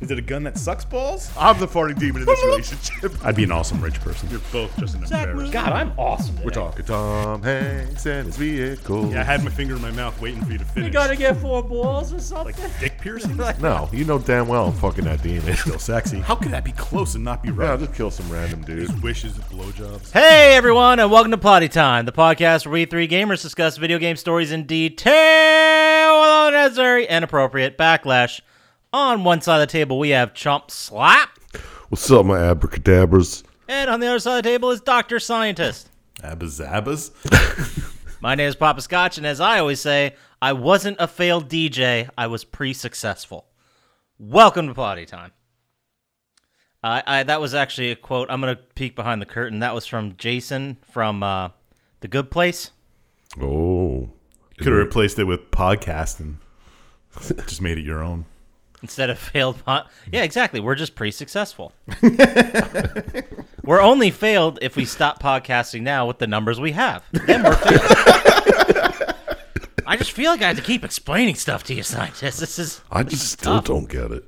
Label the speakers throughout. Speaker 1: Is it a gun that sucks balls?
Speaker 2: I'm the farting demon in this relationship.
Speaker 1: I'd be an awesome rich person.
Speaker 2: You're both just an embarrassment.
Speaker 1: God, I'm awesome.
Speaker 2: We're talking Tom Hanks and his vehicle.
Speaker 3: Yeah, I had my finger in my mouth waiting for you to finish.
Speaker 4: You gotta get four balls or something.
Speaker 3: dick piercing.
Speaker 2: No, you know damn well I'm fucking that demon.
Speaker 1: Still sexy.
Speaker 3: How could that be close and not be
Speaker 2: Yeah, I'll
Speaker 3: right?
Speaker 2: just kill some random dude.
Speaker 3: Wishes of blowjobs.
Speaker 4: Hey everyone, and welcome to Potty Time, the podcast where we three gamers discuss video game stories in detail without necessary and appropriate backlash. On one side of the table, we have Chomp Slap,
Speaker 2: What's up, my abracadabras?
Speaker 4: and on the other side of the table is Doctor Scientist.
Speaker 3: Abazabbas.
Speaker 4: My name is Papa Scotch, and as I always say, I wasn't a failed DJ. I was pre-successful. Welcome to Potty Time. I I, that was actually a quote. I'm gonna peek behind the curtain. That was from Jason from uh, the Good Place.
Speaker 2: Oh.
Speaker 3: Could have replaced it with podcasting. Just made it your own.
Speaker 4: instead of failed pot. Yeah, exactly. We're just pretty successful. we're only failed if we stop podcasting now with the numbers we have. Then we're failed. I just feel like I have to keep explaining stuff to you, scientists. This is
Speaker 2: I just still don't get it.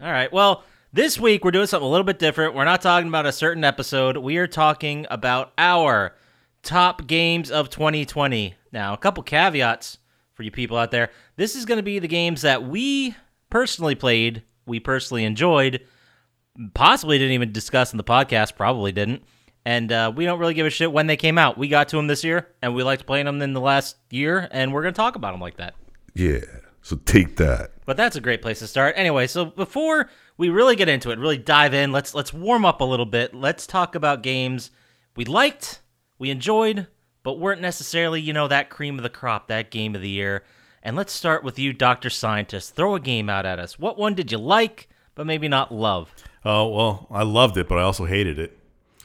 Speaker 4: all right. Well, this week we're doing something a little bit different. We're not talking about a certain episode. We are talking about our top games of 2020. Now, a couple caveats for you people out there. This is going to be the games that we personally played, we personally enjoyed, possibly didn't even discuss in the podcast, probably didn't. And uh, we don't really give a shit when they came out. We got to them this year, and we liked playing them in the last year, and we're going to talk about them like that.
Speaker 2: Yeah. So take that.
Speaker 4: But that's a great place to start. Anyway, so before we really get into it, really dive in, let's let's warm up a little bit. Let's talk about games we liked, we enjoyed, but weren't necessarily, you know, that cream of the crop, that game of the year. And let's start with you, Dr. Scientist. Throw a game out at us. What one did you like, but maybe not love?
Speaker 3: Oh well, I loved it, but I also hated it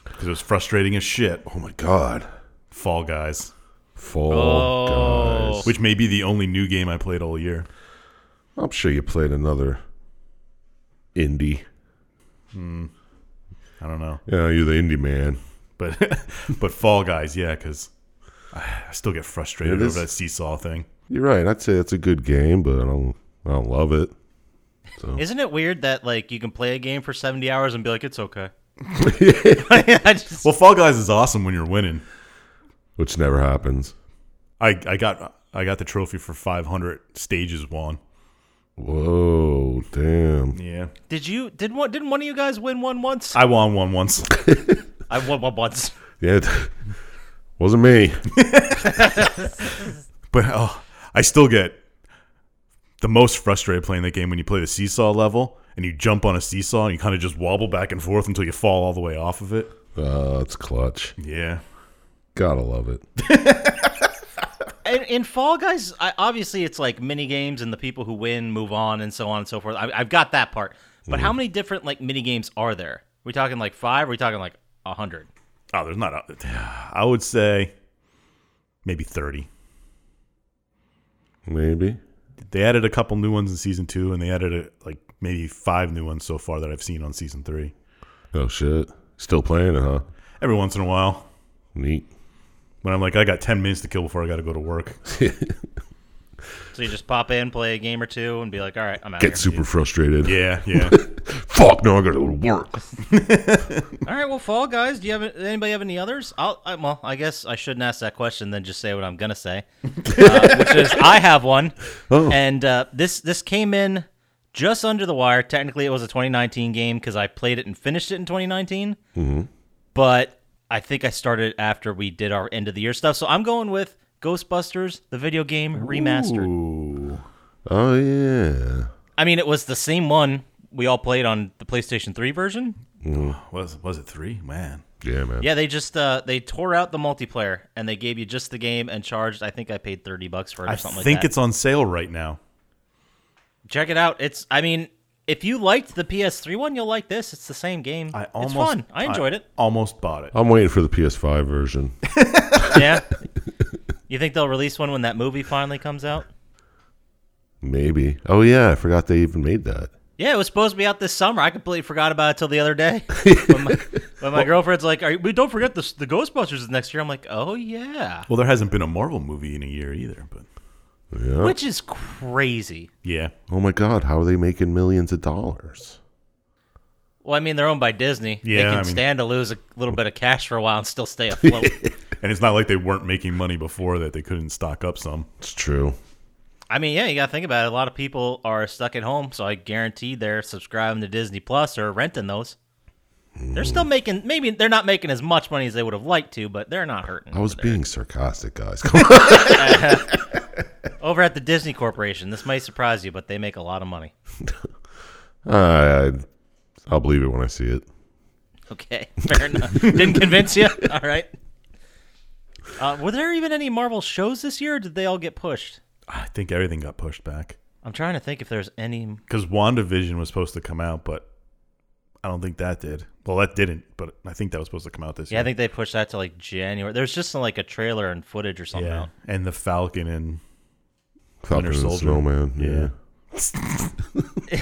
Speaker 3: because it was frustrating as shit.
Speaker 2: Oh my god.
Speaker 3: Fall Guys,
Speaker 2: Fall Guys.
Speaker 3: which may be the only new game I played all year.
Speaker 2: I'm sure you played another indie.
Speaker 3: I don't know,
Speaker 2: Yeah, you're the indie man.
Speaker 3: but but Fall Guys, yeah, because I still get frustrated
Speaker 2: It is-
Speaker 3: over that seesaw thing.
Speaker 2: You're right. I'd say it's a good game, but I don't I don't love it.
Speaker 4: Isn't it weird that like you can play a game for 70 hours and be like it's okay? I just-
Speaker 3: Well, Fall Guys is awesome when you're winning.
Speaker 2: Which never happens.
Speaker 3: I I got I got the trophy for 500 stages won.
Speaker 2: Whoa, damn.
Speaker 3: Yeah,
Speaker 4: did you did one didn't one of you guys win one once?
Speaker 3: I won one once.
Speaker 4: I won one once.
Speaker 2: Yeah, it wasn't me.
Speaker 3: But oh, I still get the most frustrated playing that game when you play the seesaw level and you jump on a seesaw and you kind of just wobble back and forth until you fall all the way off of it.
Speaker 2: Uh, it's clutch.
Speaker 3: Yeah.
Speaker 2: Gotta love it.
Speaker 4: in, in Fall Guys, I, obviously it's like mini games, and the people who win move on, and so on and so forth. I, I've got that part, but how many different like mini games are there? Are we talking like five? Are we talking like a hundred?
Speaker 3: Oh, there's not. A, I would say maybe 30.
Speaker 2: Maybe.
Speaker 3: They added a couple new ones in season two, and they added a, like maybe five new ones so far that I've seen on season three.
Speaker 2: Oh shit. Still playing it, huh?
Speaker 3: Every once in a while,
Speaker 2: Neat.
Speaker 3: when I'm like, I got 10 minutes to kill before I got to go to work.
Speaker 4: So you just pop in, play a game or two, and be like, all right, I'm out.
Speaker 2: Get
Speaker 4: here.
Speaker 2: super frustrated.
Speaker 3: Yeah, yeah.
Speaker 2: Fuck, no, I gotta go to work.
Speaker 4: All right, well, Fall Guys, do you have anybody have any others? I'll I, well, I guess I shouldn't ask that question, then just say what I'm gonna say, uh, which is I have one, and uh, this this came in just under the wire. Technically, it was a 2019 game because I played it and finished it in 2019, but I think I started after we did our end of the year stuff. So I'm going with Ghostbusters, the video game remastered.
Speaker 2: Oh yeah.
Speaker 4: I mean, it was the same one we all played on the PlayStation 3 version.
Speaker 3: was, was it three? Man.
Speaker 2: Yeah, man.
Speaker 4: Yeah, they just uh, they tore out the multiplayer and they gave you just the game and charged. I think I paid thirty bucks for it or
Speaker 3: I
Speaker 4: something
Speaker 3: think
Speaker 4: like that.
Speaker 3: it's on sale right now.
Speaker 4: Check it out. It's I mean, if you liked the PS3 one, you'll like this. It's the same game.
Speaker 3: I
Speaker 4: it's
Speaker 3: almost
Speaker 4: fun. I enjoyed it. Oh.
Speaker 3: Almost bought it.
Speaker 2: I'm waiting for the PS5 version.
Speaker 4: Yeah. you think they'll release one when that movie finally comes out?
Speaker 2: Maybe. Oh yeah, I forgot they even made that.
Speaker 4: Yeah, it was supposed to be out this summer. I completely forgot about it till the other day. when my, when my girlfriend's like, Are you, "We don't forget the the Ghostbusters is next year." I'm like, "Oh yeah."
Speaker 3: Well, there hasn't been a Marvel movie in a year either, but
Speaker 2: Yeah.
Speaker 4: which is crazy.
Speaker 3: Yeah.
Speaker 2: oh my God, how are they making millions of dollars?
Speaker 4: Well, I mean, they're owned by Disney. they
Speaker 3: Yeah,
Speaker 4: can
Speaker 3: I mean-
Speaker 4: stand to lose a little bit of cash for a while and still stay afloat.
Speaker 3: And it's not like they weren't making money before that they couldn't stock up some.
Speaker 2: It's true.
Speaker 4: I mean, yeah, you gotta think about it. A lot of people are stuck at home, so I guarantee they're subscribing to Disney Plus or renting those. They're still making. Maybe they're not making as much money as they would have liked to, but they're not hurting.
Speaker 2: I was being sarcastic, guys. Come on.
Speaker 4: Over at the Disney Corporation, this may surprise you, but they make a lot of money.
Speaker 2: I, I'll believe it when I see it.
Speaker 4: Okay, fair enough. Didn't convince you. All right. Uh, were there even any Marvel shows this year? Or did they all get pushed?
Speaker 3: I think everything got pushed back
Speaker 4: I'm trying to think if there's any.
Speaker 3: because WandaVision was supposed to come out, but I don't think that did. Well, that didn't, but I think that was supposed to come out this
Speaker 4: Yeah, I
Speaker 3: year.
Speaker 4: think they pushed that to like January. There's just some, like a trailer and footage or something.
Speaker 3: yeah.
Speaker 4: out.
Speaker 3: And the Falcon and
Speaker 2: Falcon
Speaker 3: Winter
Speaker 2: and the
Speaker 3: Soldier.
Speaker 2: Snowman. Yeah.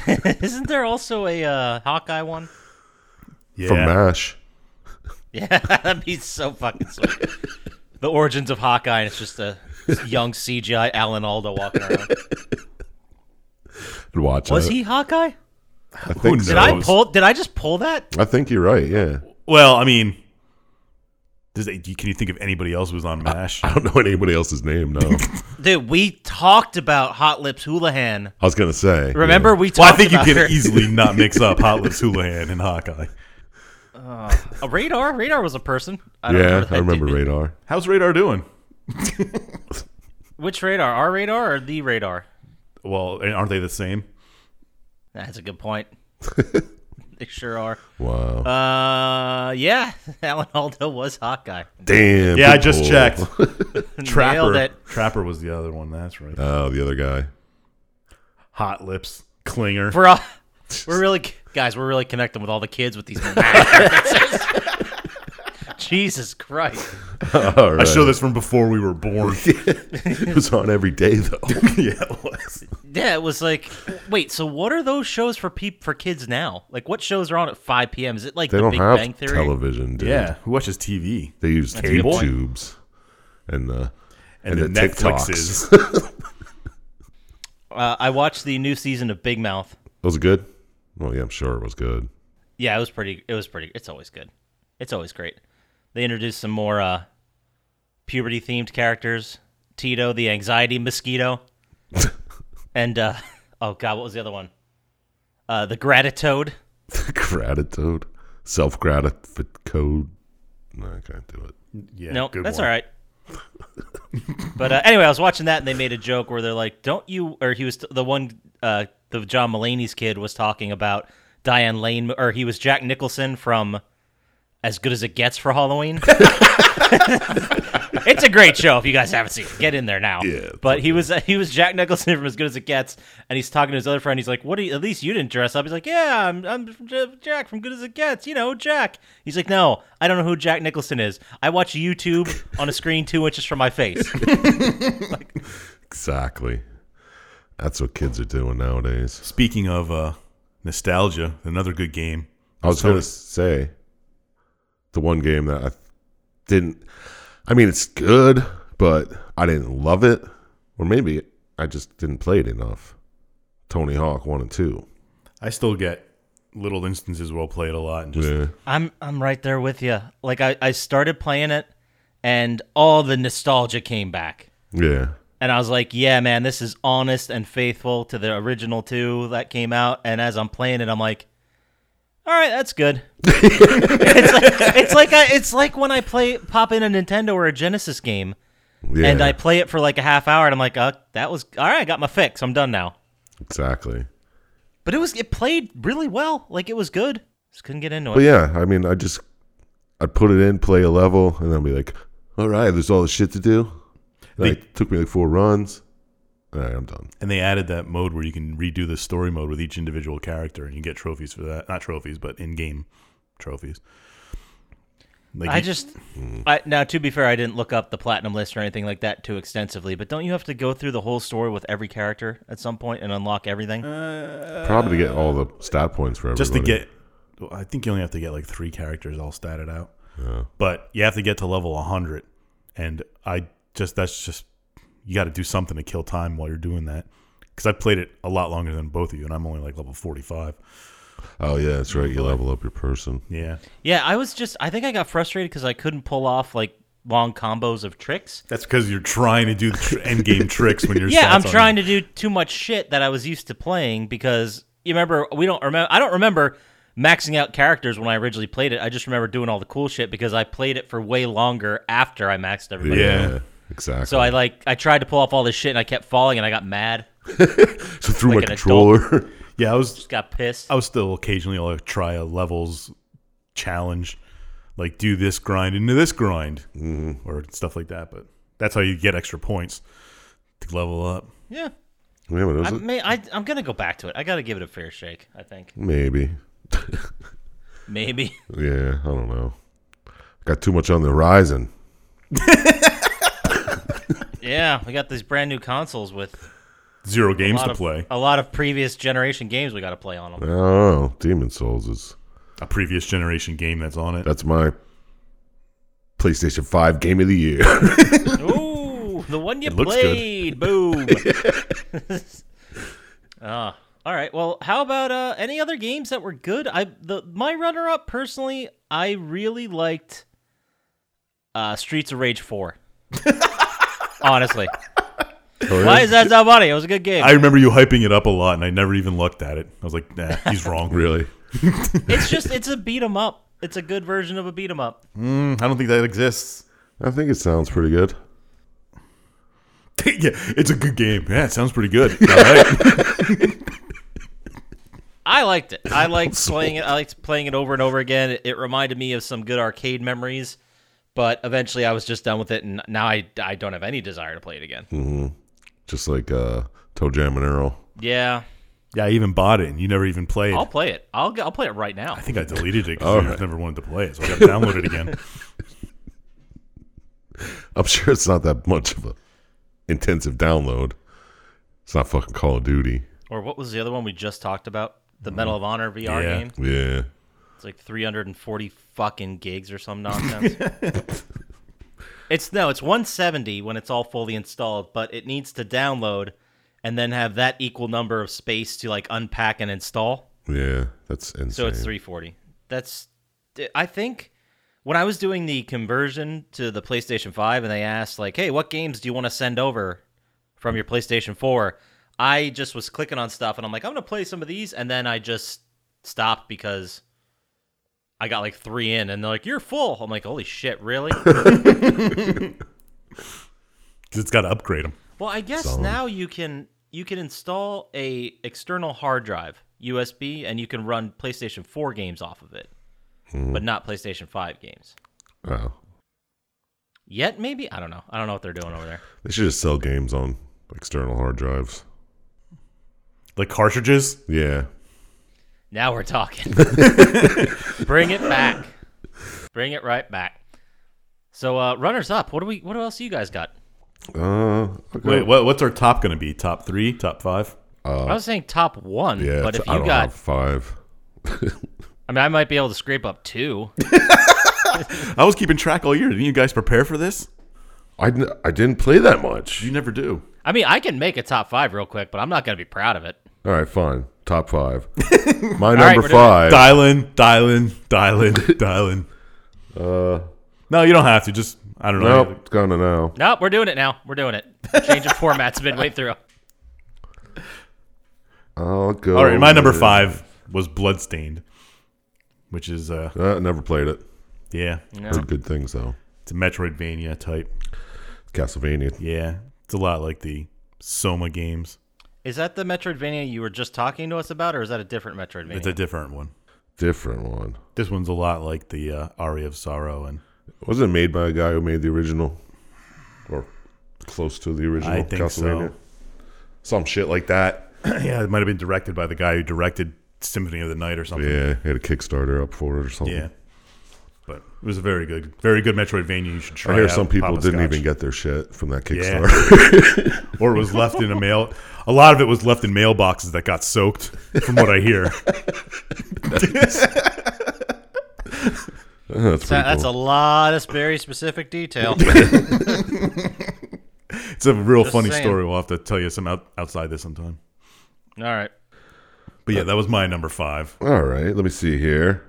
Speaker 3: Yeah.
Speaker 4: Isn't there also a uh, Hawkeye one?
Speaker 3: yeah.
Speaker 2: From MASH.
Speaker 4: Yeah, that'd be so fucking sweet. the origins of Hawkeye, and it's just a young CGI Alan Alda walking around.
Speaker 2: I'd watch
Speaker 4: Was
Speaker 2: that.
Speaker 4: he Hawkeye?
Speaker 2: I think,
Speaker 3: Who
Speaker 2: so.
Speaker 4: Did I
Speaker 3: knows?
Speaker 4: pull? Did I just pull that?
Speaker 2: I think you're right. Yeah.
Speaker 3: Well, I mean, does they, can you think of anybody else who was on MASH?
Speaker 2: I don't know anybody else's name, no.
Speaker 4: Dude, we talked about Hot Lips Houlihan.
Speaker 2: I was going to say.
Speaker 4: Remember, we talked
Speaker 3: well, I think you
Speaker 4: about
Speaker 3: can
Speaker 4: her.
Speaker 3: easily not mix up Hot Lips Houlihan and Hawkeye.
Speaker 4: Uh, Radar. Radar was a person. I
Speaker 2: Yeah,
Speaker 4: don't
Speaker 2: yeah
Speaker 4: remember
Speaker 2: I
Speaker 4: that
Speaker 2: remember
Speaker 4: dude.
Speaker 2: Radar.
Speaker 3: How's Radar doing?
Speaker 4: Which radar? Our radar or the radar?
Speaker 3: Well, aren't they the same?
Speaker 4: That's a good point. they sure are.
Speaker 2: Wow.
Speaker 4: Uh, yeah, Alan Alda was Hawkeye.
Speaker 2: Damn.
Speaker 3: Yeah, I
Speaker 2: good
Speaker 3: just
Speaker 2: pull.
Speaker 3: checked.
Speaker 4: Nailed
Speaker 3: Trapper.
Speaker 4: it.
Speaker 3: Trapper was the other one. That's right.
Speaker 2: Oh, the other guy.
Speaker 3: Hot Lips. Clinger.
Speaker 4: We're all, we're really guys. We're really connecting with all the kids with these. Jesus Christ!
Speaker 2: All right.
Speaker 3: I show this from before we were born.
Speaker 2: It was on every day, though.
Speaker 3: yeah, it was.
Speaker 4: Yeah, it was like, wait. So what are those shows for peop for kids now? Like, what shows are on at 5 p.m.? Is it like
Speaker 2: They
Speaker 4: The
Speaker 2: don't
Speaker 4: Big
Speaker 2: have
Speaker 4: Bang Theory?
Speaker 2: television, dude.
Speaker 3: Yeah, who watches TV?
Speaker 2: They use
Speaker 4: good
Speaker 2: tape
Speaker 4: point.
Speaker 2: tubes and the,
Speaker 3: And,
Speaker 2: and
Speaker 3: the,
Speaker 2: the
Speaker 3: Netflixes.
Speaker 2: TikToks.
Speaker 3: That
Speaker 4: Uh, I watched the new season of Big Mouth.
Speaker 2: Was it good? Well, yeah, I'm sure it was good.
Speaker 4: Yeah, it was pretty. It was pretty. It's always good. It's always great. They introduced some more uh, puberty themed characters. Tito, the anxiety mosquito, and uh, oh god, what was the other one? Uh, the gratitude.
Speaker 2: Gratitude. Self gratitude. No, I can't do it.
Speaker 3: yeah,
Speaker 4: No,
Speaker 3: good
Speaker 4: that's
Speaker 3: one.
Speaker 4: all right. but uh, anyway, I was watching that and they made a joke where they're like, "Don't you?" Or he was the one, uh, the John Mulaney's kid was talking about Diane Lane, or he was Jack Nicholson from As Good as It Gets for Halloween. it's a great show if you guys haven't seen it. Get in there now.
Speaker 2: Yeah, it's
Speaker 4: but he was uh, he was Jack Nicholson from As Good as It Gets, and he's talking to his other friend. He's like, "What? Are you, at least you didn't dress up." He's like, "Yeah, I'm, I'm from J- Jack from Good as It Gets. You know, Jack." He's like, "No, I don't know who Jack Nicholson is. I watch YouTube on a screen two inches from my face."
Speaker 2: Exactly. That's what kids are doing nowadays.
Speaker 3: Speaking of uh, nostalgia, another good game.
Speaker 2: I was going to say the one game that I didn't. I mean, it's good, but I didn't love it. Or maybe I just didn't play it enough. Tony Hawk 1 and 2.
Speaker 3: I still get little instances where I'll play it a lot and just
Speaker 2: Yeah.
Speaker 4: I'm I'm right there with you. Like I, I started playing it, and all the nostalgia came back.
Speaker 2: Yeah.
Speaker 4: and I was like, "Yeah, man, this is honest and faithful to the original two that came out." And as I'm playing it, I'm like, "All right, that's good." it's like it's like, I, it's like when I play pop in a Nintendo or a Genesis game,
Speaker 2: Yeah.
Speaker 4: and I play it for like a half hour, and I'm like, "Uh, that was all right. I got my fix. I'm done now."
Speaker 2: Exactly.
Speaker 4: But it was it played really well. Like it was good. Just couldn't get into it.
Speaker 2: But yeah, I mean, I just I'd put it in, play a level, and then be like, all right, there's all this shit to do.
Speaker 3: They-
Speaker 2: Like, took me like four runs. All right, I'm done.
Speaker 3: and they added that mode where you can redo the story mode with each individual character and you get trophies for that. Not trophies, but in-game trophies. Like
Speaker 4: I
Speaker 3: you-
Speaker 4: just I, now to be fair, I didn't look up the platinum list or anything like that too extensively. But don't you have to go through the whole story with every character at some point and unlock everything?
Speaker 2: Probably to
Speaker 4: Uh,
Speaker 2: get all the stat points for everybody.
Speaker 3: just to get well, I think you only have to get like 3 characters all statted out. But you have to get to level 100 and I just that's just you got to do something to kill time while you're doing that. Because I played it a lot longer than both of you, and I'm only like level 45.
Speaker 2: Oh yeah, that's right. You level up your person.
Speaker 3: Yeah,
Speaker 4: Yeah, I was just I think I got frustrated because I couldn't pull off like long combos of tricks.
Speaker 3: that's because you're trying to do the tr- end game tricks when you're.
Speaker 4: Yeah, I'm trying to do too much shit that I was used to playing because you remember we don't remember I don't remember maxing out characters when I originally played it. I just remember doing all the cool shit because I played it for way longer after I maxed everybody. out.
Speaker 3: Yeah.
Speaker 2: exactly.
Speaker 4: So I like I tried to pull off all this shit and I kept falling and I got mad,
Speaker 2: So through
Speaker 4: like
Speaker 2: my
Speaker 4: an adult.
Speaker 2: controller.
Speaker 3: Yeah, I was.
Speaker 4: got pissed.
Speaker 3: I was still occasionally I'll try a levels challenge, like do this grind into this grind, or stuff like that. But that's how you get extra points to level up.
Speaker 4: Yeah.
Speaker 2: Wait a minute,
Speaker 4: I
Speaker 2: was it?
Speaker 4: may I I'm gonna go back to it. I gotta give it a fair shake, I think.
Speaker 2: Maybe.
Speaker 4: Maybe.
Speaker 2: Yeah, I don't know. Got too much on the horizon.
Speaker 4: yeah, we got these brand new consoles with
Speaker 3: Zero games
Speaker 4: lot
Speaker 3: to
Speaker 4: of-
Speaker 3: play.
Speaker 4: A lot of previous generation games we got to play on them.
Speaker 2: Oh, Demon Souls is
Speaker 3: A previous generation game that's on it.
Speaker 2: that's my PlayStation Five game of the year.
Speaker 4: Ooh, the one you
Speaker 3: looks good.
Speaker 4: played. Boom. Ah, all right. Well, how about uh, any other games that were good? I the my runner up personally, I really liked uh, Streets of Rage Four. Honestly, why is that so funny? It was a good game.
Speaker 3: Oh, I remember you hyping it up a lot, and I never even looked at it. I was like, nah, he's wrong.
Speaker 2: really?
Speaker 4: it's just it's a beat 'em up. It's a good version of a beat 'em up.
Speaker 3: Mm, I don't think that exists.
Speaker 2: I think it sounds pretty good.
Speaker 3: yeah, it's a good game. Yeah, it sounds pretty good. All right.
Speaker 4: I liked it. I liked playing it. I liked playing it over and over again. It, it reminded me of some good arcade memories, but eventually I was just done with it, and now I, I don't have any desire to play it again.
Speaker 2: Just like uh, Toe Jam and Earl.
Speaker 4: Yeah,
Speaker 3: yeah, I even bought it, and you never even played.
Speaker 4: I'll play it. I'll g- I'll play it right now.
Speaker 3: I think I deleted it because I just never wanted to play it, so I got to download it again.
Speaker 2: I'm sure it's not that much of a intensive download. It's not fucking Call of Duty.
Speaker 4: Or what was the other one we just talked about? The Medal of Honor VR
Speaker 3: Yeah.
Speaker 4: game.
Speaker 2: Yeah.
Speaker 4: It's like 340 fucking gigs or some nonsense. it's no, it's 170 when it's all fully installed, but it needs to download and then have that equal number of space to like unpack and install.
Speaker 2: Yeah. That's insane.
Speaker 4: So it's 340. That's I think when I was doing the conversion to the PlayStation 5 and they asked like, "Hey, what games do you want to send over from your PlayStation 4?" I just was clicking on stuff and I'm like, "I'm going to play some of these." And then I just stopped because I got like 3 in and they're like, "You're full." I'm like, "Holy shit, really?"
Speaker 3: 'Cause it's got to upgrade them.
Speaker 4: well, I guess now you can you can install a external hard drive, USB, and you can run PlayStation 4 games off of it. But not PlayStation 5 games.
Speaker 2: Oh.
Speaker 4: Yet maybe I don't know. I don't know what they're doing over there.
Speaker 2: They should just sell games on external hard drives.
Speaker 3: Like cartridges?
Speaker 2: Yeah.
Speaker 4: Now we're talking. Bring it back. Bring it right back. So uh runners up, what do we what else you guys got?
Speaker 2: Uh,
Speaker 3: Wait, what, what's our top going to be? Top three? Top five?
Speaker 4: I was saying top 1,
Speaker 2: Uh, yeah.
Speaker 4: but
Speaker 2: it's-
Speaker 4: if
Speaker 2: I
Speaker 4: you
Speaker 2: don't
Speaker 4: got
Speaker 2: have five.
Speaker 4: I mean I might be able to scrape up 2.
Speaker 3: I was keeping track all year. Didn't you guys prepare for this?
Speaker 2: I, didn't- I didn't play that much.
Speaker 3: You never do.
Speaker 4: I mean, I can make a top 5 real quick, but I'm not going to be proud of it.
Speaker 2: All right, fine. Top five. My
Speaker 4: right,
Speaker 2: number
Speaker 4: we're doing it.
Speaker 2: five.
Speaker 3: Dial in, dial in, dial in, dial in. Uh, no, you don't have to. Just, I don't know.
Speaker 2: Uh, Nope, it's gonna now.
Speaker 4: Nope, we're doing it now. We're doing it. Changing formats midway through.
Speaker 2: I'll go.
Speaker 3: All right, my number
Speaker 2: with-
Speaker 3: five was Bloodstained, which is, uh,
Speaker 2: Uh, never played it.
Speaker 3: yeah,
Speaker 2: Heard good things though.
Speaker 3: it's a Metroidvania type.
Speaker 2: Castlevania.
Speaker 3: Yeah, it's a lot like the Soma games.
Speaker 4: Is that the Metroidvania you were just talking to us about or is that a different Metroidvania?
Speaker 3: It's a different one.
Speaker 2: Different one.
Speaker 3: This one's a lot like the uh, Aria of Sorrow, and
Speaker 2: Wasn't it made by a guy who made the original, or close to the original
Speaker 3: I think so.
Speaker 2: Castlevania? Some shit like that.
Speaker 3: yeah, it might have been directed by the guy who directed Symphony of the Night or something.
Speaker 2: Yeah, he had a Kickstarter up for it or something.
Speaker 3: Yeah. But it was a very good, very good Metroidvania. You should try.
Speaker 2: I hear
Speaker 3: out,
Speaker 2: some people
Speaker 3: Oh, Papa
Speaker 2: didn't
Speaker 3: Scotch.
Speaker 2: even get their shit from that
Speaker 3: Yeah.
Speaker 2: Kickstarter.
Speaker 3: or it was left in a mail. A lot of it was left in mailboxes that got soaked, from what I hear.
Speaker 2: that's pretty
Speaker 4: That- that's
Speaker 2: cool.
Speaker 4: a lot of very specific detail.
Speaker 3: It's a real
Speaker 4: Just
Speaker 3: funny
Speaker 4: saying.
Speaker 3: story. We'll have to tell you some out, outside this sometime.
Speaker 4: All right.
Speaker 3: But yeah, that was my number five.
Speaker 2: All right, let me see here.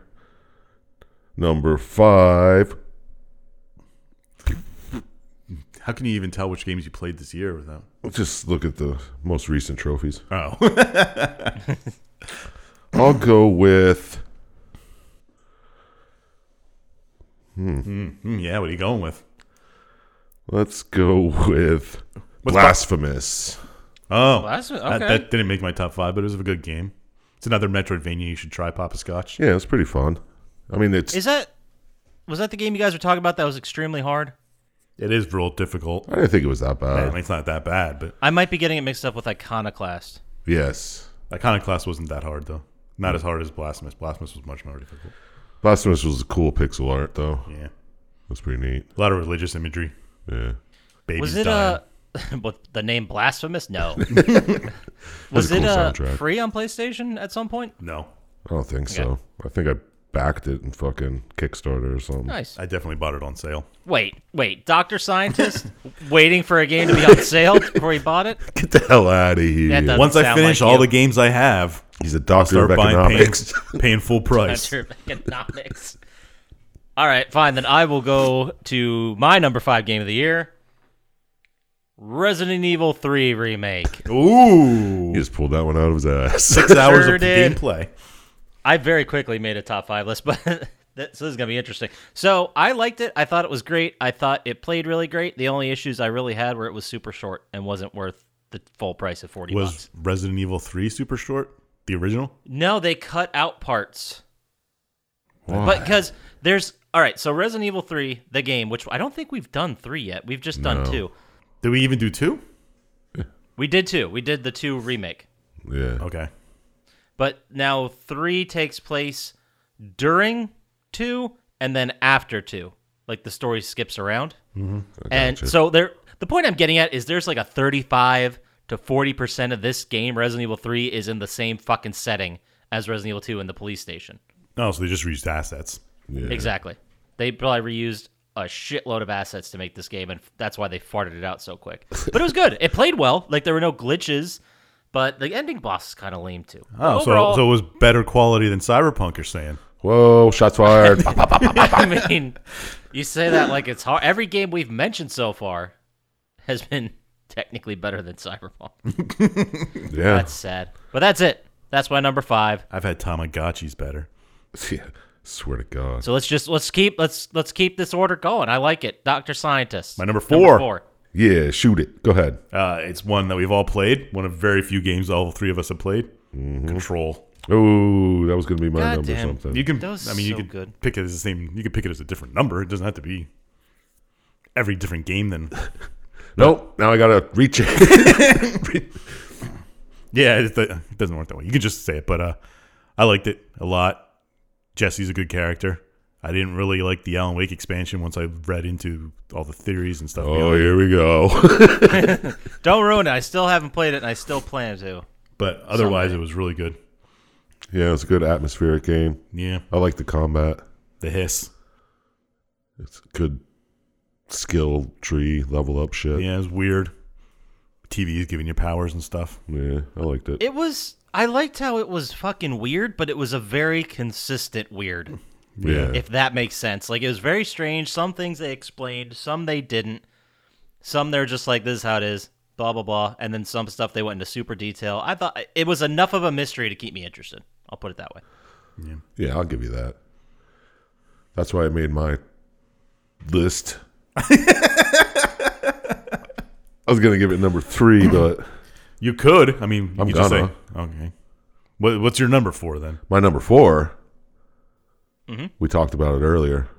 Speaker 2: Number five.
Speaker 3: How can you even tell which games you played this year without?
Speaker 2: Let's just look at the most recent trophies.
Speaker 3: Oh,
Speaker 2: I'll go with
Speaker 3: Hmm, yeah. What are you going with?
Speaker 2: let's go with
Speaker 3: What's
Speaker 2: Blasphemous.
Speaker 3: Oh,
Speaker 4: Well, that's-
Speaker 3: that,
Speaker 4: okay.
Speaker 3: that didn't make my top five, but it was a good game. It's another Metroidvania. You should try Papa Scotch.
Speaker 2: yeah, it's pretty fun. I mean, it's
Speaker 4: Is that was that the game you guys were talking about that was extremely hard?
Speaker 3: It is real difficult.
Speaker 2: I didn't think it was that
Speaker 3: I
Speaker 2: bad.
Speaker 3: mean, it's not that bad, but
Speaker 4: I might be getting it mixed up with Iconoclast.
Speaker 2: yes.
Speaker 3: Iconoclast wasn't that hard though. Not as hard as Blasphemous. Blasphemous was much more difficult.
Speaker 2: Blasphemous was a cool pixel art though.
Speaker 3: Yeah,
Speaker 2: That's pretty neat.
Speaker 3: a lot of religious imagery.
Speaker 2: Yeah.
Speaker 3: Babies
Speaker 4: Was it
Speaker 3: dying.
Speaker 4: uh what the name Blasphemous? No.
Speaker 2: That's
Speaker 4: was
Speaker 2: a
Speaker 4: it
Speaker 2: cool
Speaker 4: uh,
Speaker 2: soundtrack.
Speaker 4: free on PlayStation at some point?
Speaker 3: No,
Speaker 2: I don't think so. I think I backed it in fucking Kickstarter or something.
Speaker 4: Nice.
Speaker 3: I definitely bought it on sale.
Speaker 4: Wait, wait, Doctor Scientist waiting for a game to be on sale before he bought it?
Speaker 2: Get the hell out of here.
Speaker 4: That doesn't
Speaker 3: Once I
Speaker 4: sound
Speaker 3: finish
Speaker 4: like
Speaker 3: all
Speaker 4: you.
Speaker 3: the games I have,
Speaker 2: He's a doctor
Speaker 3: start
Speaker 2: of
Speaker 3: buying paying,
Speaker 2: economics.
Speaker 3: paying full price.
Speaker 4: Enter economics. All right, fine. Then I will go to my number five game of the year Resident Evil 3 Remake.
Speaker 3: Ooh,
Speaker 2: He just pulled that one out of his ass.
Speaker 3: six hours
Speaker 4: sure
Speaker 3: of
Speaker 4: did.
Speaker 3: gameplay.
Speaker 4: I very quickly made a top five list, but that, so this is gonna be interesting. So I liked it. I thought it was great. I thought it played really great. The only issues I really had were it was super short and wasn't worth the full price of forty
Speaker 3: Was
Speaker 4: bucks.
Speaker 3: Resident Evil Three super short? The original?
Speaker 4: No, they cut out parts. But because there's all right, so Resident Evil Three, the game, which I don't think we've done three yet. We've just done two.
Speaker 3: Did we even do two?
Speaker 4: We did two. We did the two remake.
Speaker 2: yeah.
Speaker 3: Okay.
Speaker 4: But now three takes place during two and then after two. Like the story skips around. Mm-hmm. And so there the point I'm getting at is there's like a 35 to 40% of this game Resident Evil 3 is in the same fucking setting as Resident Evil 2 in the police station.
Speaker 3: Oh, so they just reused assets.
Speaker 2: Yeah.
Speaker 4: Exactly. They probably reused a shitload of assets to make this game, and that's why they farted it out so quick. But it was good. It played well. Like there were no glitches, but the ending boss is kind of lame too.
Speaker 3: Oh, so,
Speaker 4: Overall,
Speaker 3: so it was better quality than Cyberpunk, you're saying.
Speaker 2: Whoa, shots fired. Pop, pop, pop.
Speaker 4: I mean, you say that like it's hard. Every game we've mentioned so far has been technically better than Cyberpunk.
Speaker 2: yeah.
Speaker 4: That's sad, but that's it. That's my number five.
Speaker 3: I've had Tamagotchis better.
Speaker 2: yeah. Swear to God.
Speaker 4: So let's just let's keep let's let's keep this order going. I like it, Doctor Scientist.
Speaker 3: My number four.
Speaker 4: Number four.
Speaker 2: yeah, shoot it. Go ahead.
Speaker 3: Uh, it's one that we've all played, one of very few games all three of us have played. Control.
Speaker 2: Oh, that was going to be my
Speaker 4: God
Speaker 2: number
Speaker 4: damn.
Speaker 2: something.
Speaker 3: You can
Speaker 4: That was
Speaker 3: I mean you
Speaker 4: so
Speaker 3: could
Speaker 4: good.
Speaker 3: pick it as the same you could pick it as a different number. It doesn't have to be every different game then
Speaker 2: nope. Now I got to recheck.
Speaker 3: Yeah, it, it doesn't work that way. You can just say it, but uh, I liked it a lot. Jesse's a good character. I didn't really like the Alan Wake expansion once I read into all the theories and stuff.
Speaker 2: oh,
Speaker 3: behind it.
Speaker 2: here we go.
Speaker 4: Don't ruin it. I still haven't played it, and I still plan to.
Speaker 3: But otherwise, it was really good.
Speaker 2: yeah, it's a good atmospheric game.
Speaker 3: Yeah,
Speaker 2: I like the combat.
Speaker 3: the hiss.
Speaker 2: It's good skill tree, level up shit.
Speaker 3: Yeah, it was weird. TV's giving you powers and stuff.
Speaker 2: Yeah, I liked it.
Speaker 4: It was. I liked how it was fucking weird, but it was a very consistent weird,
Speaker 2: yeah.
Speaker 4: if that makes sense. Like, it was very strange. Some things they explained, some they didn't. Some they're just like, this is how it is, blah, blah, blah. And then some stuff they went into super detail. I thought it was enough of a mystery to keep me interested. I'll put it that way.
Speaker 2: yeah, I'll give you that. That's why I made my list. I was going to give it number three, but
Speaker 3: You could. I mean, you
Speaker 2: I'm
Speaker 3: could just say,
Speaker 2: gonna.
Speaker 3: okay. What, what's your number four then?
Speaker 2: my number 4
Speaker 4: Mm-hmm.
Speaker 2: we talked about it earlier.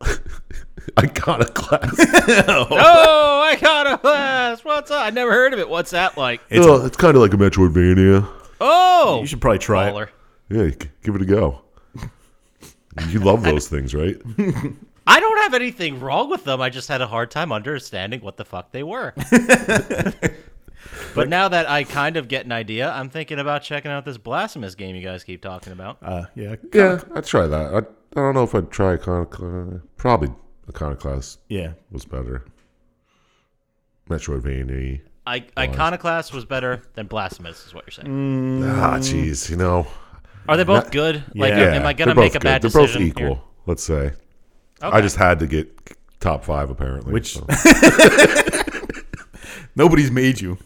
Speaker 2: Iconoclast.
Speaker 4: Oh, I got a blast. What's up? I never heard of it. What's that like?
Speaker 2: It's, oh, it's kind of like a Metroidvania.
Speaker 4: Oh,
Speaker 3: You should probably try it.
Speaker 4: baller.
Speaker 2: Yeah, g- give it a go. You love those things, right?
Speaker 4: I don't have anything wrong with them. I just had a hard time understanding what the fuck they were. but now that I kind of get an idea, I'm thinking about checking out this Blasphemous game you guys keep talking about.
Speaker 3: Uh, yeah,
Speaker 2: Yeah, I'd try that. I, I don't know if I'd try Iconoclast. Probably Iconoclast
Speaker 3: yeah.
Speaker 2: was better. Metroidvania.
Speaker 4: I- Iconoclast was better than Blasphemous, is what you're saying.
Speaker 2: Ah, jeez, you know.
Speaker 4: Are they both good? Like,
Speaker 3: Yeah.
Speaker 4: Mm. am I
Speaker 2: they're
Speaker 4: gonna
Speaker 2: both
Speaker 4: make a
Speaker 2: good.
Speaker 4: bad
Speaker 2: They're
Speaker 4: decision?
Speaker 2: both equal,
Speaker 4: here?
Speaker 2: let's say. I
Speaker 4: Okay.
Speaker 2: just had to get top five apparently.
Speaker 3: Which-
Speaker 2: so.
Speaker 3: Nobody's made you.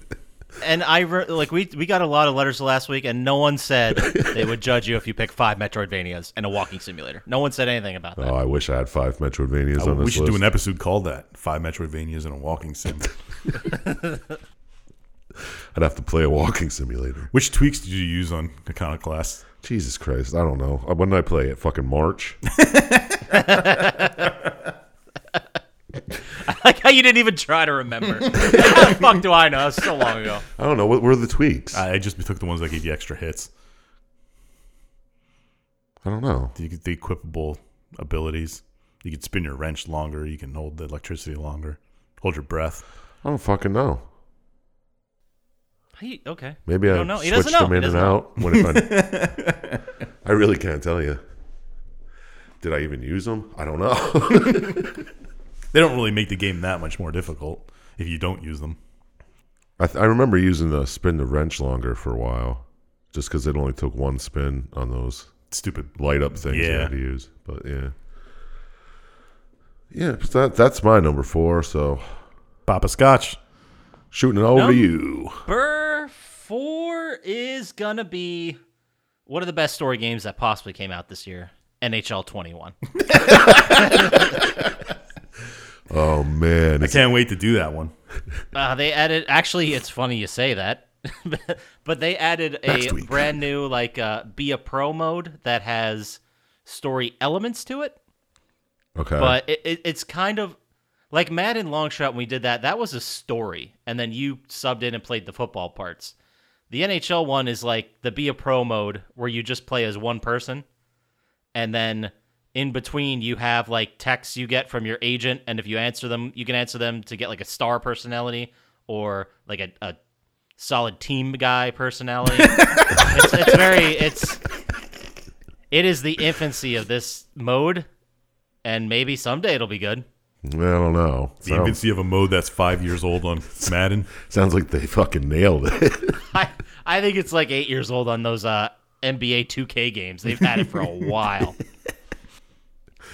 Speaker 4: And I re- like we we got a lot of letters last week, and no one said they would judge you if you pick five Metroidvanias and a walking simulator. No one said anything about that.
Speaker 2: oh, I wish I had five Metroidvanias on this
Speaker 3: we should
Speaker 2: list.
Speaker 3: do an episode called that Five Metroidvanias and a Walking Sim.
Speaker 2: I'd have to play a walking simulator.
Speaker 3: Which tweaks did you use on Iconoclast?
Speaker 2: Jesus Christ, I don't know. Uh, When did I play it? Fucking March.
Speaker 4: like how you didn't even try to remember. how the fuck do I know? That was so long ago.
Speaker 2: I don't know. What were the tweaks? I,
Speaker 3: I I just took the ones that gave you extra hits,
Speaker 2: don't know.
Speaker 3: the, the equipable abilities. You can spin your wrench longer. You can hold the electricity longer. Hold your breath.
Speaker 2: I don't fucking know.
Speaker 4: He, okay.
Speaker 2: Maybe
Speaker 4: You
Speaker 2: I
Speaker 4: don't know. He
Speaker 2: switched
Speaker 4: doesn't know.
Speaker 2: them
Speaker 4: He
Speaker 2: in and
Speaker 4: doesn't know.
Speaker 2: out. What if I? I really can't tell you. Did I even use them? I don't know.
Speaker 3: They don't really make the game that much more difficult if you don't use them.
Speaker 2: I, th- I remember using the spin the wrench longer for a while, just because it only took one spin on those
Speaker 3: Stupid.
Speaker 2: light up things you
Speaker 3: Yeah.
Speaker 2: had to use. But yeah, yeah. but That that's my number four. So
Speaker 3: Papa Scotch.
Speaker 2: shooting it over
Speaker 4: No.
Speaker 2: to you.
Speaker 4: Burr four is gonna be one of the best story games that possibly came out this year. NHL 21.
Speaker 2: Oh man,
Speaker 3: I can't wait to do that one.
Speaker 4: Uh, they added. Actually, it's funny you say that, but they added a
Speaker 2: Next week.
Speaker 4: brand new like uh, be a pro mode that has story elements to it.
Speaker 2: okay.
Speaker 4: But it, it, it's kind of like Madden Longshot. When we did that, that was a story, and then you subbed in and played the football parts. The NHL one is like the be a pro mode where you just play as one person, and then in between you have like texts you get from your agent, and if you answer them, you can answer them to get like a star personality or like a, a solid team guy personality. it's, it's very it's it is the infancy of this mode, and maybe someday it'll be good.
Speaker 2: I don't know.
Speaker 3: The
Speaker 2: Sounds-
Speaker 3: infancy of a mode that's five years old on Madden.
Speaker 2: Sounds like they fucking nailed it.
Speaker 4: I I think it's like eight years old on those uh, NBA 2K games. They've had it for a while.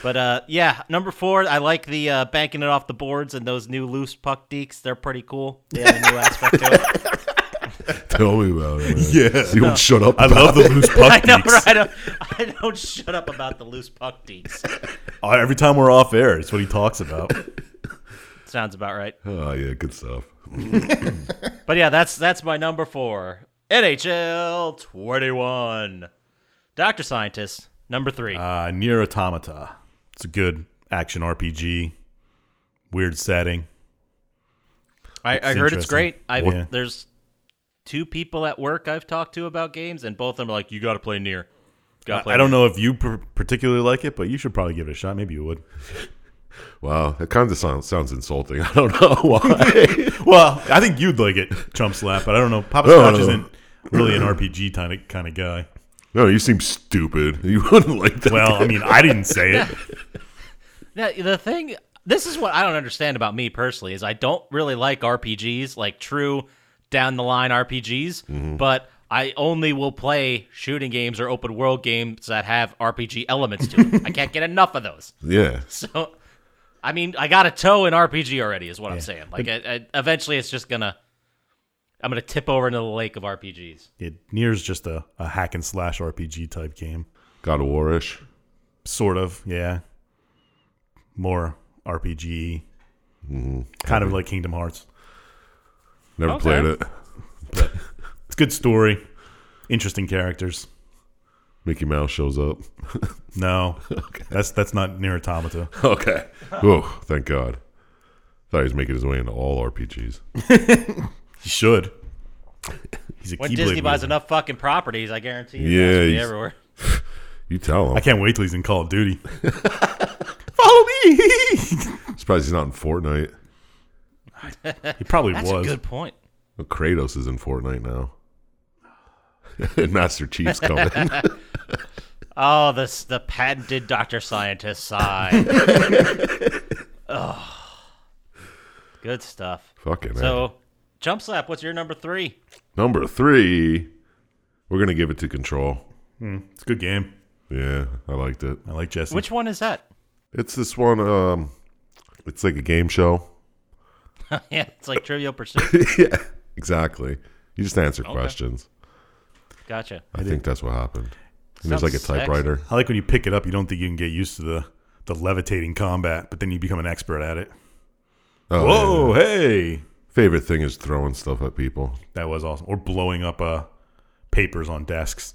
Speaker 4: But uh, yeah, number four, I like the uh, banking it off the boards and those new loose puck deeks. They're pretty cool. They have a new aspect to it.
Speaker 2: Tell me about it. man.
Speaker 3: Yeah.
Speaker 2: So you won't shut up.
Speaker 3: I love
Speaker 2: about
Speaker 3: the loose
Speaker 4: I
Speaker 3: puck
Speaker 4: know,
Speaker 3: geeks.
Speaker 4: right? I don't, I don't shut up about the loose puck deeks.
Speaker 3: Uh, Every time we're off air, it's what he talks about.
Speaker 4: Sounds about right.
Speaker 2: it. Oh yeah, good stuff.
Speaker 4: But yeah, that's that's my number four. NHL 21. Dr. Scientist, number three.
Speaker 3: Uh, Near Automata. It's a good action RPG. Weird setting.
Speaker 4: I, I
Speaker 3: It's
Speaker 4: heard it's
Speaker 3: interesting.
Speaker 4: great. I
Speaker 3: Yeah.
Speaker 4: have there's two people at work I've talked to about games, and both of them are like, "You got to play near." Got to play.
Speaker 3: I don't know if you per- particularly like it, but you should probably give it a shot. Maybe you would.
Speaker 2: Wow, that kind of sounds sounds insulting. I don't know why.
Speaker 3: Well, I think you'd like it, Chump Slap, but I don't know. Papa
Speaker 2: No,
Speaker 3: Scotch
Speaker 2: no.
Speaker 3: isn't really an RPG kind of kind of guy.
Speaker 2: no, you seem stupid. You wouldn't like that.
Speaker 3: Well, I mean, I didn't say it.
Speaker 4: Now, the thing. This is what I don't understand about me personally is I don't really like RPGs, like true down the line RPGs,
Speaker 3: Mm-hmm.
Speaker 4: but I only will play shooting games or open world games that have RPG elements to them. I can't get enough of those.
Speaker 2: yeah.
Speaker 4: So, I mean, I got a toe in RPG already, is what I'm saying. Like, I, I, eventually, it's just gonna, I'm gonna tip over into the lake of RPGs.
Speaker 3: it Near's just a, a hack and slash RPG type game.
Speaker 2: God of Warish.
Speaker 3: Sort of, yeah. More RPG.
Speaker 2: Mm-hmm.
Speaker 3: Kind of like Kingdom Hearts.
Speaker 2: Never
Speaker 4: Okay.
Speaker 2: played it.
Speaker 3: It's a good story. Interesting characters.
Speaker 2: Mickey Mouse shows up.
Speaker 3: No, that's that's not near automata.
Speaker 2: okay. Oh, thank God. Thought he was making his way into all RPGs.
Speaker 3: He should. He's a
Speaker 4: When
Speaker 3: Keyblade
Speaker 4: Disney buys
Speaker 3: wielder.
Speaker 4: enough fucking properties, I guarantee you,
Speaker 2: Yeah,
Speaker 4: yeah, be
Speaker 2: he's-
Speaker 4: everywhere.
Speaker 2: You tell
Speaker 3: I
Speaker 2: him.
Speaker 3: can't wait till he's in Call of Duty. Follow me.
Speaker 2: Surprised he's not in Fortnite.
Speaker 3: he probably
Speaker 4: That's
Speaker 3: was.
Speaker 4: a good point.
Speaker 2: Well, Kratos is in Fortnite now. and Master Chief's coming.
Speaker 4: Oh, this the patented Doctor Scientist sigh. Good stuff.
Speaker 2: Fucking A.
Speaker 4: So, Jump Slap, what's your number three?
Speaker 2: Number three, we're gonna give it to Control.
Speaker 3: It's a good game.
Speaker 2: Yeah, I liked it.
Speaker 3: I like Jesse.
Speaker 4: Which one is that?
Speaker 2: It's this one. Um, it's like a game show.
Speaker 4: yeah, it's like Trivial Pursuit.
Speaker 2: yeah, exactly. You just answer questions.
Speaker 4: Gotcha.
Speaker 2: I think that's what happened. And there's like a
Speaker 4: Sounds sexy.
Speaker 2: typewriter.
Speaker 3: I like when you pick it up, you don't think you can get used to the the levitating combat, but then you become an expert at it.
Speaker 2: Oh, yeah.
Speaker 3: Whoa, hey,
Speaker 2: Favorite thing is throwing stuff at people.
Speaker 3: that was awesome. Or blowing up uh, papers on desks.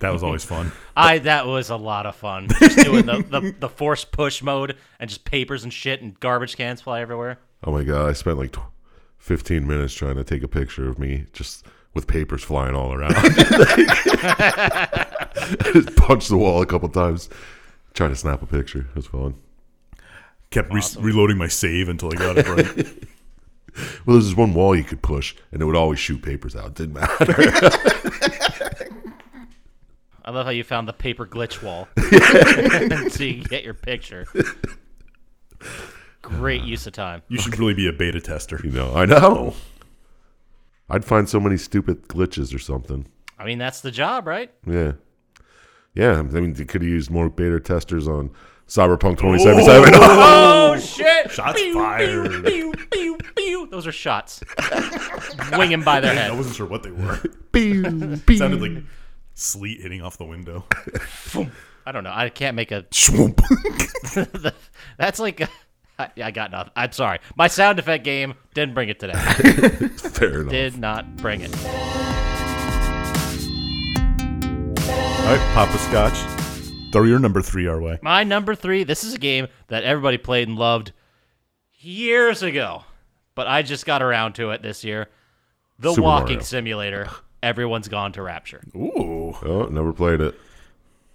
Speaker 3: that was always fun.
Speaker 4: I that was a lot of fun. Just doing the, the, the force push mode and just papers and shit and garbage cans fly everywhere.
Speaker 2: Oh my god, I spent like tw- 15 minutes trying to take a picture of me just with papers flying all around. I just punched the wall a couple times trying to snap a picture. It was fun.
Speaker 3: Kept re- reloading my save until I got it right.
Speaker 2: Well, there's this one wall you could push, and it would always shoot papers out. It didn't matter.
Speaker 4: I love how you found the paper glitch wall so you can get your picture. Great use of time.
Speaker 3: you should really be a beta tester.
Speaker 2: you know, I know. I'd find so many stupid glitches or something.
Speaker 4: I mean, that's the job, right?
Speaker 2: Yeah. Yeah, I mean, they could have used more beta testers on Cyberpunk 2077.
Speaker 4: Oh, shit!
Speaker 3: Shots fired.
Speaker 4: Pew, pew, pew. Those are shots. Wing him by their
Speaker 3: I
Speaker 4: head.
Speaker 3: wasn't sure what they were.
Speaker 2: Pew, pew.
Speaker 3: sounded like sleet hitting off the window.
Speaker 4: I don't know. I can't make a.
Speaker 3: Swoop.
Speaker 4: That's like. A, I, I got nothing. I'm sorry. My sound effect game didn't bring it today.
Speaker 2: Fair enough.
Speaker 4: Did not bring it.
Speaker 3: All right, Papa Scotch, throw your number three our way.
Speaker 4: My number three. This is a game that everybody played and loved years ago, but I just got around to it this year. The
Speaker 2: Super
Speaker 4: Walking
Speaker 2: Mario.
Speaker 4: Simulator. Everyone's gone to Rapture.
Speaker 3: Ooh.
Speaker 2: Oh, never played it.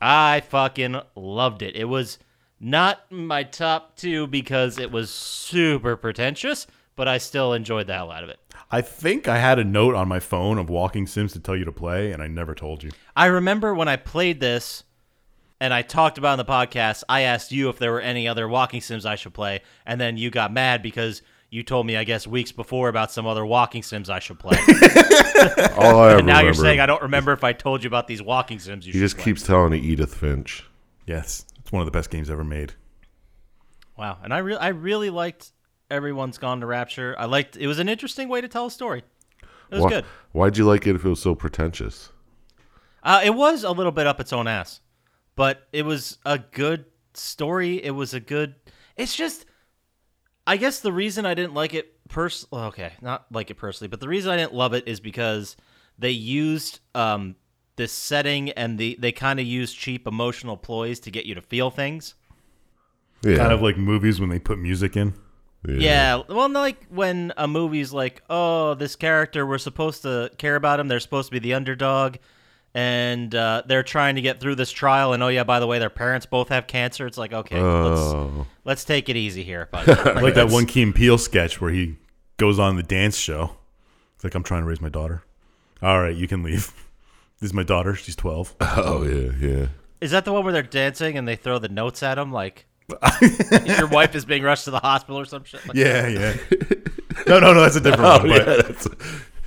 Speaker 4: I fucking loved it. It was not my top two because it was super pretentious, but I still enjoyed the hell out of it.
Speaker 3: I think I had a note on my phone of Walking Sims to tell you to play, and I never told you.
Speaker 4: I remember when I played this and I talked about it on the podcast, I asked you if there were any other walking sims I should play, and then you got mad because you told me, I guess, weeks before about some other walking sims I should play.
Speaker 2: All I ever
Speaker 4: and now you're
Speaker 2: remember-
Speaker 4: saying I don't remember if I told you about these walking sims you
Speaker 2: He
Speaker 4: should
Speaker 2: just
Speaker 4: play.
Speaker 2: keeps telling me Edith Finch.
Speaker 3: Yes, it's one of the best games ever made.
Speaker 4: Wow. And I re- I really liked Everyone's Gone to Rapture. I liked it was an interesting way to tell a story. It was
Speaker 2: Why,
Speaker 4: good.
Speaker 2: Why'd you like it if it was so pretentious?
Speaker 4: Uh, it was a little bit up its own ass, but it was a good story. It was a good. It's just, I guess the reason I didn't like it pers well, okay, not like it personally, but the reason I didn't love it is because they used um this setting and the they kind of used cheap emotional ploys to get you to feel things.
Speaker 2: Yeah.
Speaker 3: Kind of like movies when they put music in.
Speaker 4: Yeah. Well, not like when a movie's like, oh, this character, we're supposed to care about him. They're supposed to be the underdog. And uh, they're trying to get through this trial. And oh, yeah, by the way, their parents both have cancer. It's like, okay,
Speaker 2: Oh.
Speaker 4: let's, let's take it easy here. But
Speaker 3: Like that one Key and Peele sketch where he goes on the dance show. It's like, I'm trying to raise my daughter. All right, you can leave. This is my daughter. She's 12.
Speaker 2: Oh, yeah, yeah.
Speaker 4: is that the one where they're dancing and they throw the notes at him? Like, your wife is being rushed to the hospital or some shit? Like,
Speaker 3: yeah, yeah. No, no, no, that's a different one. But
Speaker 2: Oh, yeah that's,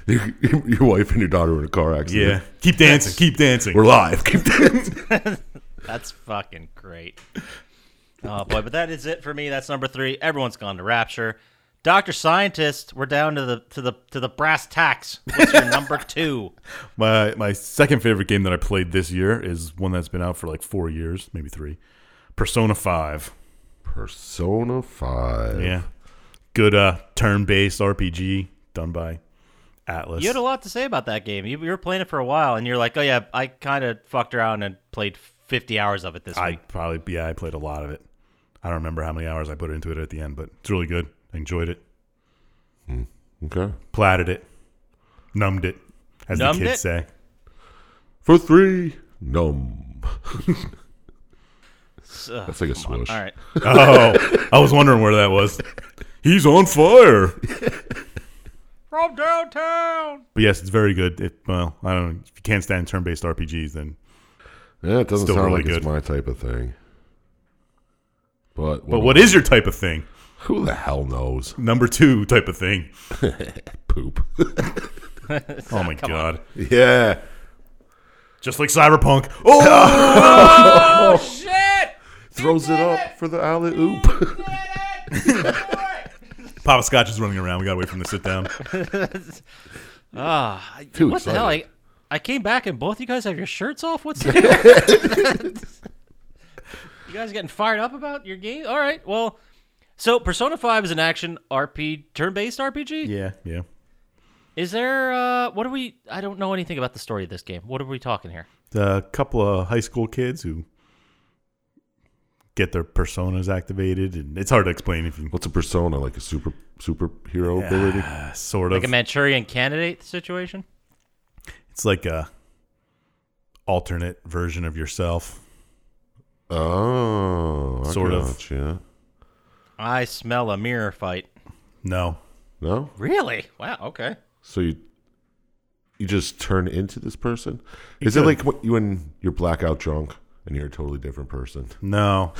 Speaker 2: your, your wife and your daughter were in a car accident.
Speaker 3: yeah. Keep dancing. Keep dancing.
Speaker 2: We're live. Keep dancing.
Speaker 4: That's fucking great. Oh boy, but that is it for me. That's number three. Everyone's gone to Rapture. Doctor Scientist, we're down to the to the to the brass tacks. What's your number two?
Speaker 3: My my second favorite game that I played this year is one that's been out for like four years, maybe three. Persona Five.
Speaker 2: Persona 5.
Speaker 3: Yeah, good uh, turn-based RPG done by Atlas.
Speaker 4: You had a lot to say about that game. You, you were playing it for a while, and you're like, oh yeah, I kind of fucked around and played 50 hours of it this
Speaker 3: I
Speaker 4: week.
Speaker 3: probably yeah I played a lot of it. I don't remember how many hours I put into it at the end, but it's really good. I enjoyed it.
Speaker 2: Okay.
Speaker 3: Platted it, numbed it, as
Speaker 4: Numbed
Speaker 3: the kids
Speaker 4: it?
Speaker 3: say.
Speaker 2: For three, numb. That's like a
Speaker 4: All
Speaker 2: swoosh.
Speaker 4: right,
Speaker 3: Oh, I was wondering where that was. He's on fire.
Speaker 4: from downtown.
Speaker 3: But yes, it's very good. It, well, I don't. know. If you can't stand turn-based RPGs, then
Speaker 2: Yeah, it doesn't
Speaker 3: Still
Speaker 2: sound
Speaker 3: really
Speaker 2: like it's
Speaker 3: good.
Speaker 2: my type of thing. But,
Speaker 3: But what is your type of thing?
Speaker 2: Who the hell knows?
Speaker 3: number two type of thing.
Speaker 2: Poop.
Speaker 3: Oh my god!
Speaker 2: yeah.
Speaker 3: Just like Cyberpunk. Oh,
Speaker 2: Throws it up for the alley oop.
Speaker 3: Papa Scotch is running around. We got away from the sit down.
Speaker 2: Too
Speaker 4: Ah, What the hell? I,
Speaker 2: excited.
Speaker 4: I came back and both you guys have your shirts off. What's the deal? you guys getting fired up about your game? All right. Well, so Persona Five is an action RP, turn-based RPG.
Speaker 3: Yeah, yeah.
Speaker 4: Is there? Uh, what are we? I don't know anything about the story of this game. What are we talking here?
Speaker 3: A couple of high school kids who get their personas activated, and it's hard to explain if you
Speaker 2: What's a persona? Like a super superhero ability?
Speaker 3: uh, sort
Speaker 4: Like a
Speaker 3: of.
Speaker 4: Manchurian Candidate situation?
Speaker 3: it's like a alternate version of yourself.
Speaker 2: Oh, I
Speaker 3: Sort of.
Speaker 2: gotcha.
Speaker 4: I smell a mirror fight.
Speaker 3: No,
Speaker 2: No,
Speaker 4: Really? Wow. Okay.
Speaker 2: so you you just turn into this person. Is it
Speaker 3: could.
Speaker 2: like what, you when you're blackout drunk and you're a totally different person?
Speaker 3: no.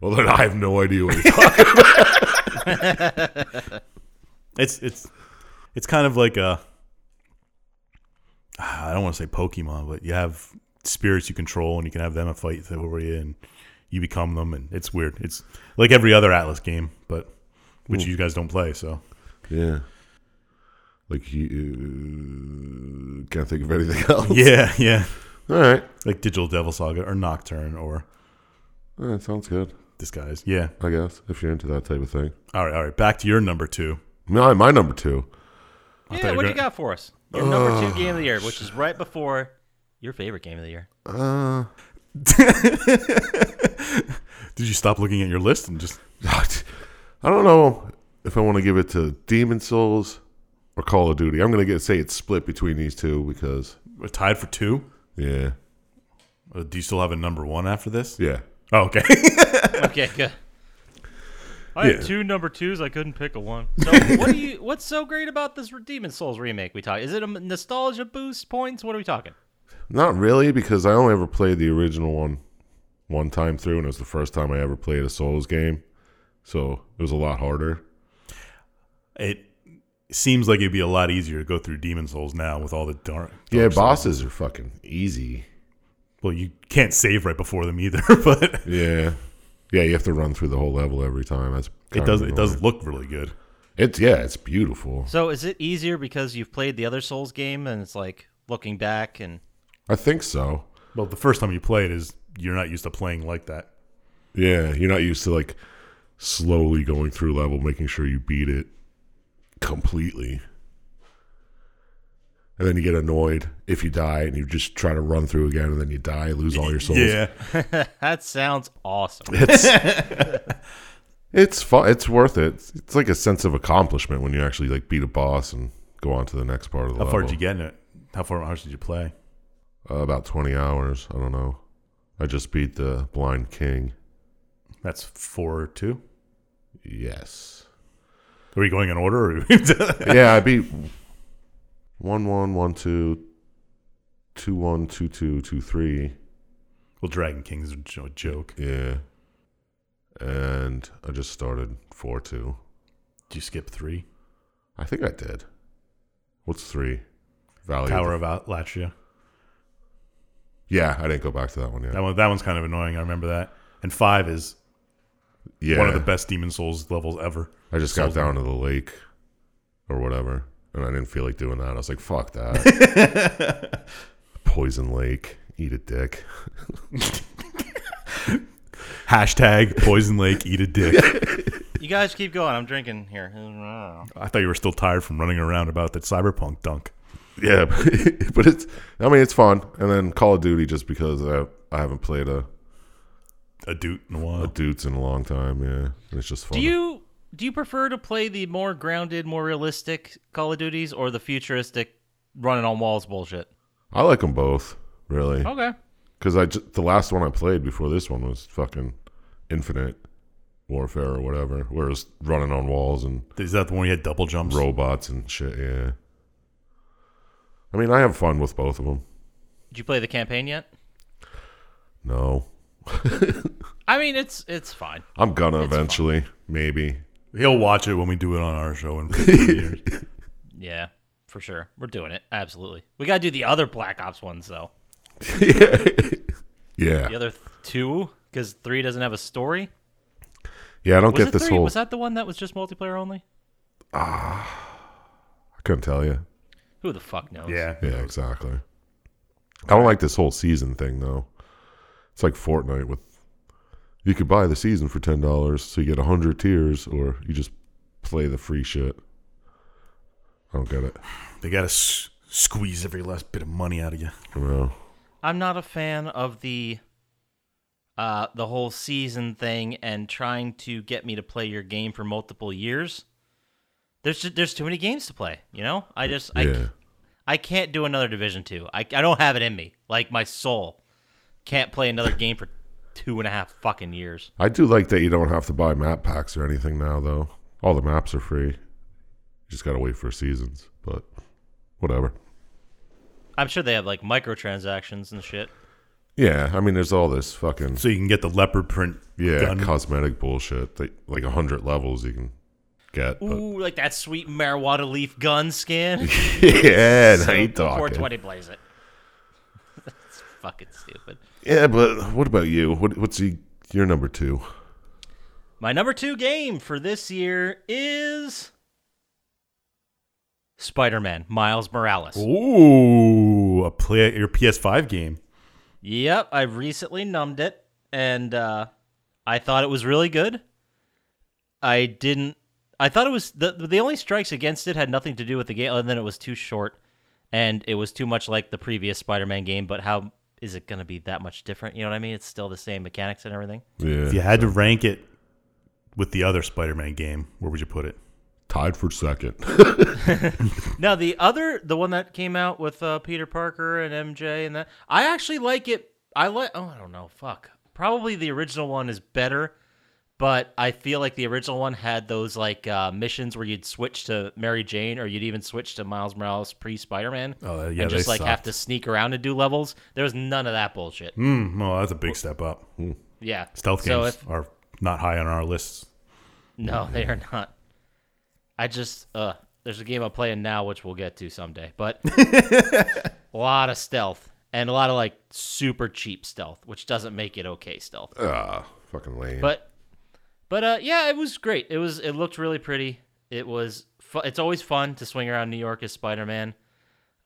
Speaker 2: Well, then I have no idea what you're talking.
Speaker 3: It's it's it's kind of like a I don't want to say Pokemon, but you have spirits you control and you can have them fight over you and you become them and it's weird. It's like every other Atlas game, but which you guys don't play, so
Speaker 2: yeah, like you can't think of anything else.
Speaker 3: Yeah, yeah.
Speaker 2: All right,
Speaker 3: Like Digital Devil Saga or Nocturne or
Speaker 2: All right, sounds good.
Speaker 3: Disguise. Yeah.
Speaker 2: I guess if you're into that type of thing.
Speaker 3: All right, all right. Back to your number two.
Speaker 2: No, my number two.
Speaker 3: thought
Speaker 4: Yeah.
Speaker 3: you
Speaker 4: What
Speaker 3: were
Speaker 4: do you
Speaker 3: gonna-
Speaker 4: got for us? Your number two game of the year, which is right before your favorite game of the year.
Speaker 2: Uh,
Speaker 3: Did you stop looking at your list and just
Speaker 2: I don't know if I want to give it to Demon Souls or Call of Duty. I'm gonna get say it's split between these two because
Speaker 3: we're uh, tied for two?
Speaker 2: yeah,
Speaker 3: Uh, Do you still have a number one after this?
Speaker 2: yeah.
Speaker 3: Oh, okay.
Speaker 4: Okay, good. I
Speaker 2: Yeah.
Speaker 4: have two number twos. I couldn't pick a one. So what do you? What's so great about this Demon Souls remake? We talk. Is it a nostalgia boost points? What are we talking?
Speaker 2: Not really because I only ever played the original one one time through, and it was the first time I ever played a Souls game, so it was a lot harder.
Speaker 3: it seems like it'd be a lot easier to go through Demon Souls now with all the dark.
Speaker 2: Yeah,
Speaker 3: dark Souls.
Speaker 2: bosses are fucking easy.
Speaker 3: Well, you can't save right before them either, but
Speaker 2: Yeah, yeah. You have to run through the whole level every time. That's
Speaker 3: it
Speaker 2: kinda
Speaker 3: does it does
Speaker 2: annoying.
Speaker 3: look really good.
Speaker 2: It's yeah, it's beautiful.
Speaker 4: So is it easier because you've played the other Souls game and it's like looking back and
Speaker 2: I think so.
Speaker 3: Well, the first time you play it is you're not used to playing like that.
Speaker 2: Yeah, you're not used to like slowly going through level, making sure you beat it completely. And then you get annoyed if you die and you just try to run through again and then you die, lose all your souls.
Speaker 3: Yeah,
Speaker 4: that sounds awesome.
Speaker 2: It's It's fun. It's worth it. It's like a sense of accomplishment when you actually like beat a boss and go on to the next part of the
Speaker 3: how
Speaker 2: level.
Speaker 3: far did you get in it? How far hours did you play?
Speaker 2: Uh, about 20 hours. I don't know. I just beat the blind king.
Speaker 3: That's four or two.
Speaker 2: Yes.
Speaker 3: Are you going in order? Or
Speaker 2: yeah, I beat one one one two two one two two two three.
Speaker 3: well, Dragon King's a jo- joke.
Speaker 2: Yeah, and I just started four two.
Speaker 3: Did you skip three?
Speaker 2: I think I did. What's three? Valley. of
Speaker 3: Tower
Speaker 2: Oh, the-
Speaker 3: of Atlatria.
Speaker 2: yeah, I didn't go back to that one yet.
Speaker 3: That one. That one's kind of annoying. I remember that. And five is
Speaker 2: yeah,
Speaker 3: one of the best Demon Souls levels ever.
Speaker 2: I just got
Speaker 3: Souls-
Speaker 2: down to the lake or whatever, and I didn't feel like doing that. I was like, "Fuck that." Poison Lake. Eat a dick.
Speaker 3: Hashtag Poison Lake. Eat a dick.
Speaker 4: You guys keep going. I'm drinking here.
Speaker 3: I thought you were still tired from running around about that cyberpunk dunk.
Speaker 2: Yeah, but, but it's. I mean, it's fun. And then Call of Duty, just because I, I haven't played a
Speaker 3: A dude in a while.
Speaker 2: dudes in a long time. Yeah, and it's just fun.
Speaker 4: Do you do you prefer to play the more grounded, more realistic Call of Duties or the futuristic running on walls bullshit?
Speaker 2: I like them both, really,
Speaker 4: Okay.
Speaker 2: because I just, the last one I played before this one was fucking Infinite Warfare or whatever, where it was running on walls and
Speaker 3: Is that the one you had double jumps?
Speaker 2: robots and shit. Yeah. I mean, I have fun with both of them.
Speaker 4: Did you play the campaign yet?
Speaker 2: No,
Speaker 4: I mean, it's it's fine.
Speaker 2: I'm gonna eventually, maybe.
Speaker 3: He'll watch it when we do it on our show in 15 years.
Speaker 4: Yeah, for sure. We're doing it. Absolutely. We got to do the other Black Ops ones though.
Speaker 2: Yeah,
Speaker 4: The other th- two because three doesn't have a story.
Speaker 2: yeah. I don't
Speaker 4: Was
Speaker 2: get
Speaker 4: it
Speaker 2: this
Speaker 4: three?
Speaker 2: whole.
Speaker 4: Was that the one that was just multiplayer only?
Speaker 2: I couldn't tell you.
Speaker 4: Who the fuck knows?
Speaker 3: Yeah.
Speaker 2: Yeah, exactly. I don't like this whole season thing though. It's like Fortnite with you could buy the season for ten dollars, so you get hundred tiers, or you just play the free shit. I don't get it.
Speaker 3: They got to s- squeeze every last bit of money out of you.
Speaker 2: I don't know.
Speaker 4: I'm not a fan of the uh the whole season thing and trying to get me to play your game for multiple years. There's ju- there's too many games to play, you know? I just I
Speaker 2: yeah.
Speaker 4: I can't do another Division Two. I, I don't have it in me. Like my soul can't play another game for two and a half fucking years.
Speaker 2: I do like that you don't have to buy map packs or anything now, though. All the maps are free. You just gotta wait for seasons, but whatever.
Speaker 4: I'm sure they have like microtransactions and shit.
Speaker 2: Yeah, I mean, there's all this fucking
Speaker 3: So you can get the leopard print
Speaker 2: yeah
Speaker 3: gun.
Speaker 2: cosmetic bullshit. That, like hundred levels you can get. But
Speaker 4: Ooh, like that sweet marijuana leaf gun skin.
Speaker 2: yeah, now you talking.
Speaker 4: 420 blaze it. That's fucking stupid.
Speaker 2: Yeah, but what about you? What, what's he, your number two?
Speaker 4: My number two game for this year is Spider Man Miles Morales.
Speaker 3: Ooh, a play your PS5 game.
Speaker 4: Yep, I recently numbed it, and uh, I thought it was really good. I didn't. I thought it was the the only strikes against it had nothing to do with the game, other than it was too short, and it was too much like the previous Spider-Man game. But how is it going to be that much different? You know what I mean? It's still the same mechanics and everything.
Speaker 2: Yeah,
Speaker 3: If you had to rank it with the other Spider-Man game, where would you put it?
Speaker 2: tied for second.
Speaker 4: Now the other, the one that came out with uh, Peter Parker and MJ and that, I actually like it. I like. Oh, I don't know. Fuck. Probably the original one is better, but I feel like the original one had those like uh, missions where you'd switch to Mary Jane or you'd even switch to Miles Morales pre Spider Man.
Speaker 3: Oh, yeah,
Speaker 4: and
Speaker 3: they
Speaker 4: just like have
Speaker 3: sucked.
Speaker 4: to sneak around and do levels. There was none of that bullshit.
Speaker 3: Hmm, well, that's a big step up.
Speaker 4: Yeah,
Speaker 3: Stealth
Speaker 4: So
Speaker 3: games
Speaker 4: if-
Speaker 3: are not high on our lists.
Speaker 4: No, they are not. I just uh there's a game I'm playing now which we'll get to someday, but a lot of stealth and a lot of like super cheap stealth, which doesn't make it okay stealth.
Speaker 2: Ah, fucking lame.
Speaker 4: But but uh yeah, it was great. It was it looked really pretty. It was fu- it's always fun to swing around New York as Spider-Man.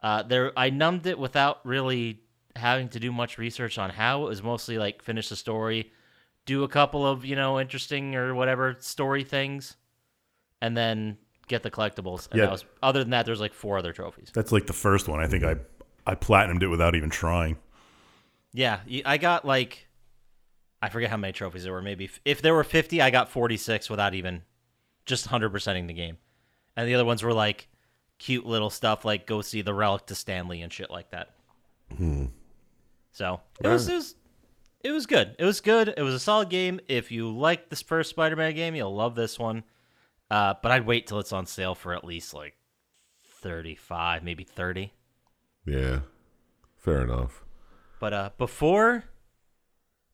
Speaker 4: Uh there I numbed it without really having to do much research on how. It was mostly like finish the story, do a couple of, you know, interesting or whatever story things and then get the collectibles. And
Speaker 3: Yeah.
Speaker 4: that was other than that there's like four other trophies.
Speaker 3: That's like the first one. I think I I platinumed it without even trying.
Speaker 4: Yeah, y- I got like I forget how many trophies there were. Maybe f- if there were 50, I got 46 without even just 100%ing the game. And the other ones were like cute little stuff like go see the relic to Stanley and shit like that. So, it was, it was it was good. It was good. It was a solid game. If you like this first Spider-Man game, you'll love this one. Uh, but I'd wait till it's on sale for at least like 35, maybe 30.
Speaker 2: yeah, fair enough.
Speaker 4: But uh, before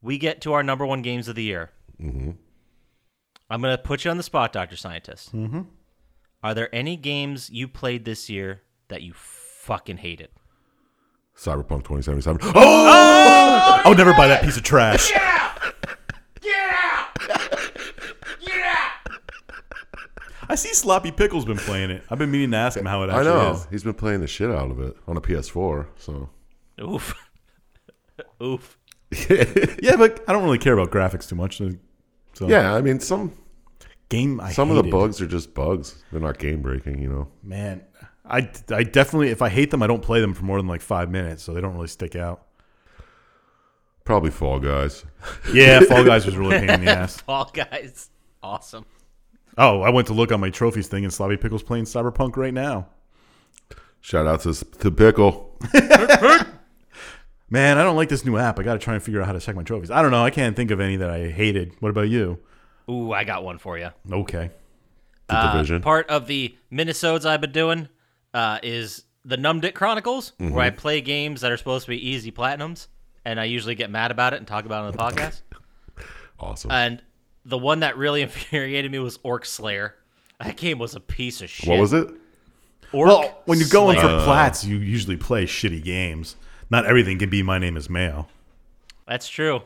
Speaker 4: we get to our number one games of the year, I'm going to put you on the spot, Dr. Scientist. Mm-hmm. Are there any games you played this year that you fucking hated?
Speaker 2: Cyberpunk 2077. Oh,
Speaker 3: I would never buy that piece of trash. I see Sloppy Pickle's been playing it. I've been meaning to ask him how it
Speaker 2: I
Speaker 3: actually
Speaker 2: know.
Speaker 3: is.
Speaker 2: He's been playing the shit out of it on a PS4. So
Speaker 4: Oof. Oof.
Speaker 3: Yeah, but I don't really care about graphics too much. So
Speaker 4: Oh.
Speaker 3: so-
Speaker 2: yeah, I mean some
Speaker 3: game. I
Speaker 2: some of the
Speaker 3: hated.
Speaker 2: bugs are just bugs. They're not game breaking, you know.
Speaker 3: man. I, I definitely if I hate them, I don't play them for more than like five minutes, so they don't really stick out.
Speaker 2: Probably Fall Guys.
Speaker 3: Yeah, Fall Guys was really a pain in the ass.
Speaker 4: Fall Guys. Awesome.
Speaker 3: Oh, I went to look on my trophies thing, and Sloppy Pickle's playing Cyberpunk right now.
Speaker 2: Shout out to to Pickle.
Speaker 3: Man, I don't like this new app. I got to try and figure out how to check my trophies. I don't know. I can't think of any that I hated. What about you?
Speaker 4: Ooh, I got one for you.
Speaker 3: Okay.
Speaker 2: The
Speaker 4: Uh,
Speaker 2: Division.
Speaker 4: Part of the Minisodes I've been doing uh, is the Numbed It Chronicles, where I play games that are supposed to be easy platinums, and I usually get mad about it and talk about it on the podcast.
Speaker 2: Awesome.
Speaker 4: and the one that really infuriated me was Orc Slayer. That game was a piece of shit.
Speaker 2: what was it?
Speaker 4: Orc
Speaker 3: Well, when you're going
Speaker 4: Slayer.
Speaker 3: for plats, you usually play shitty games. Not everything can be my name is Mayo.
Speaker 4: That's true.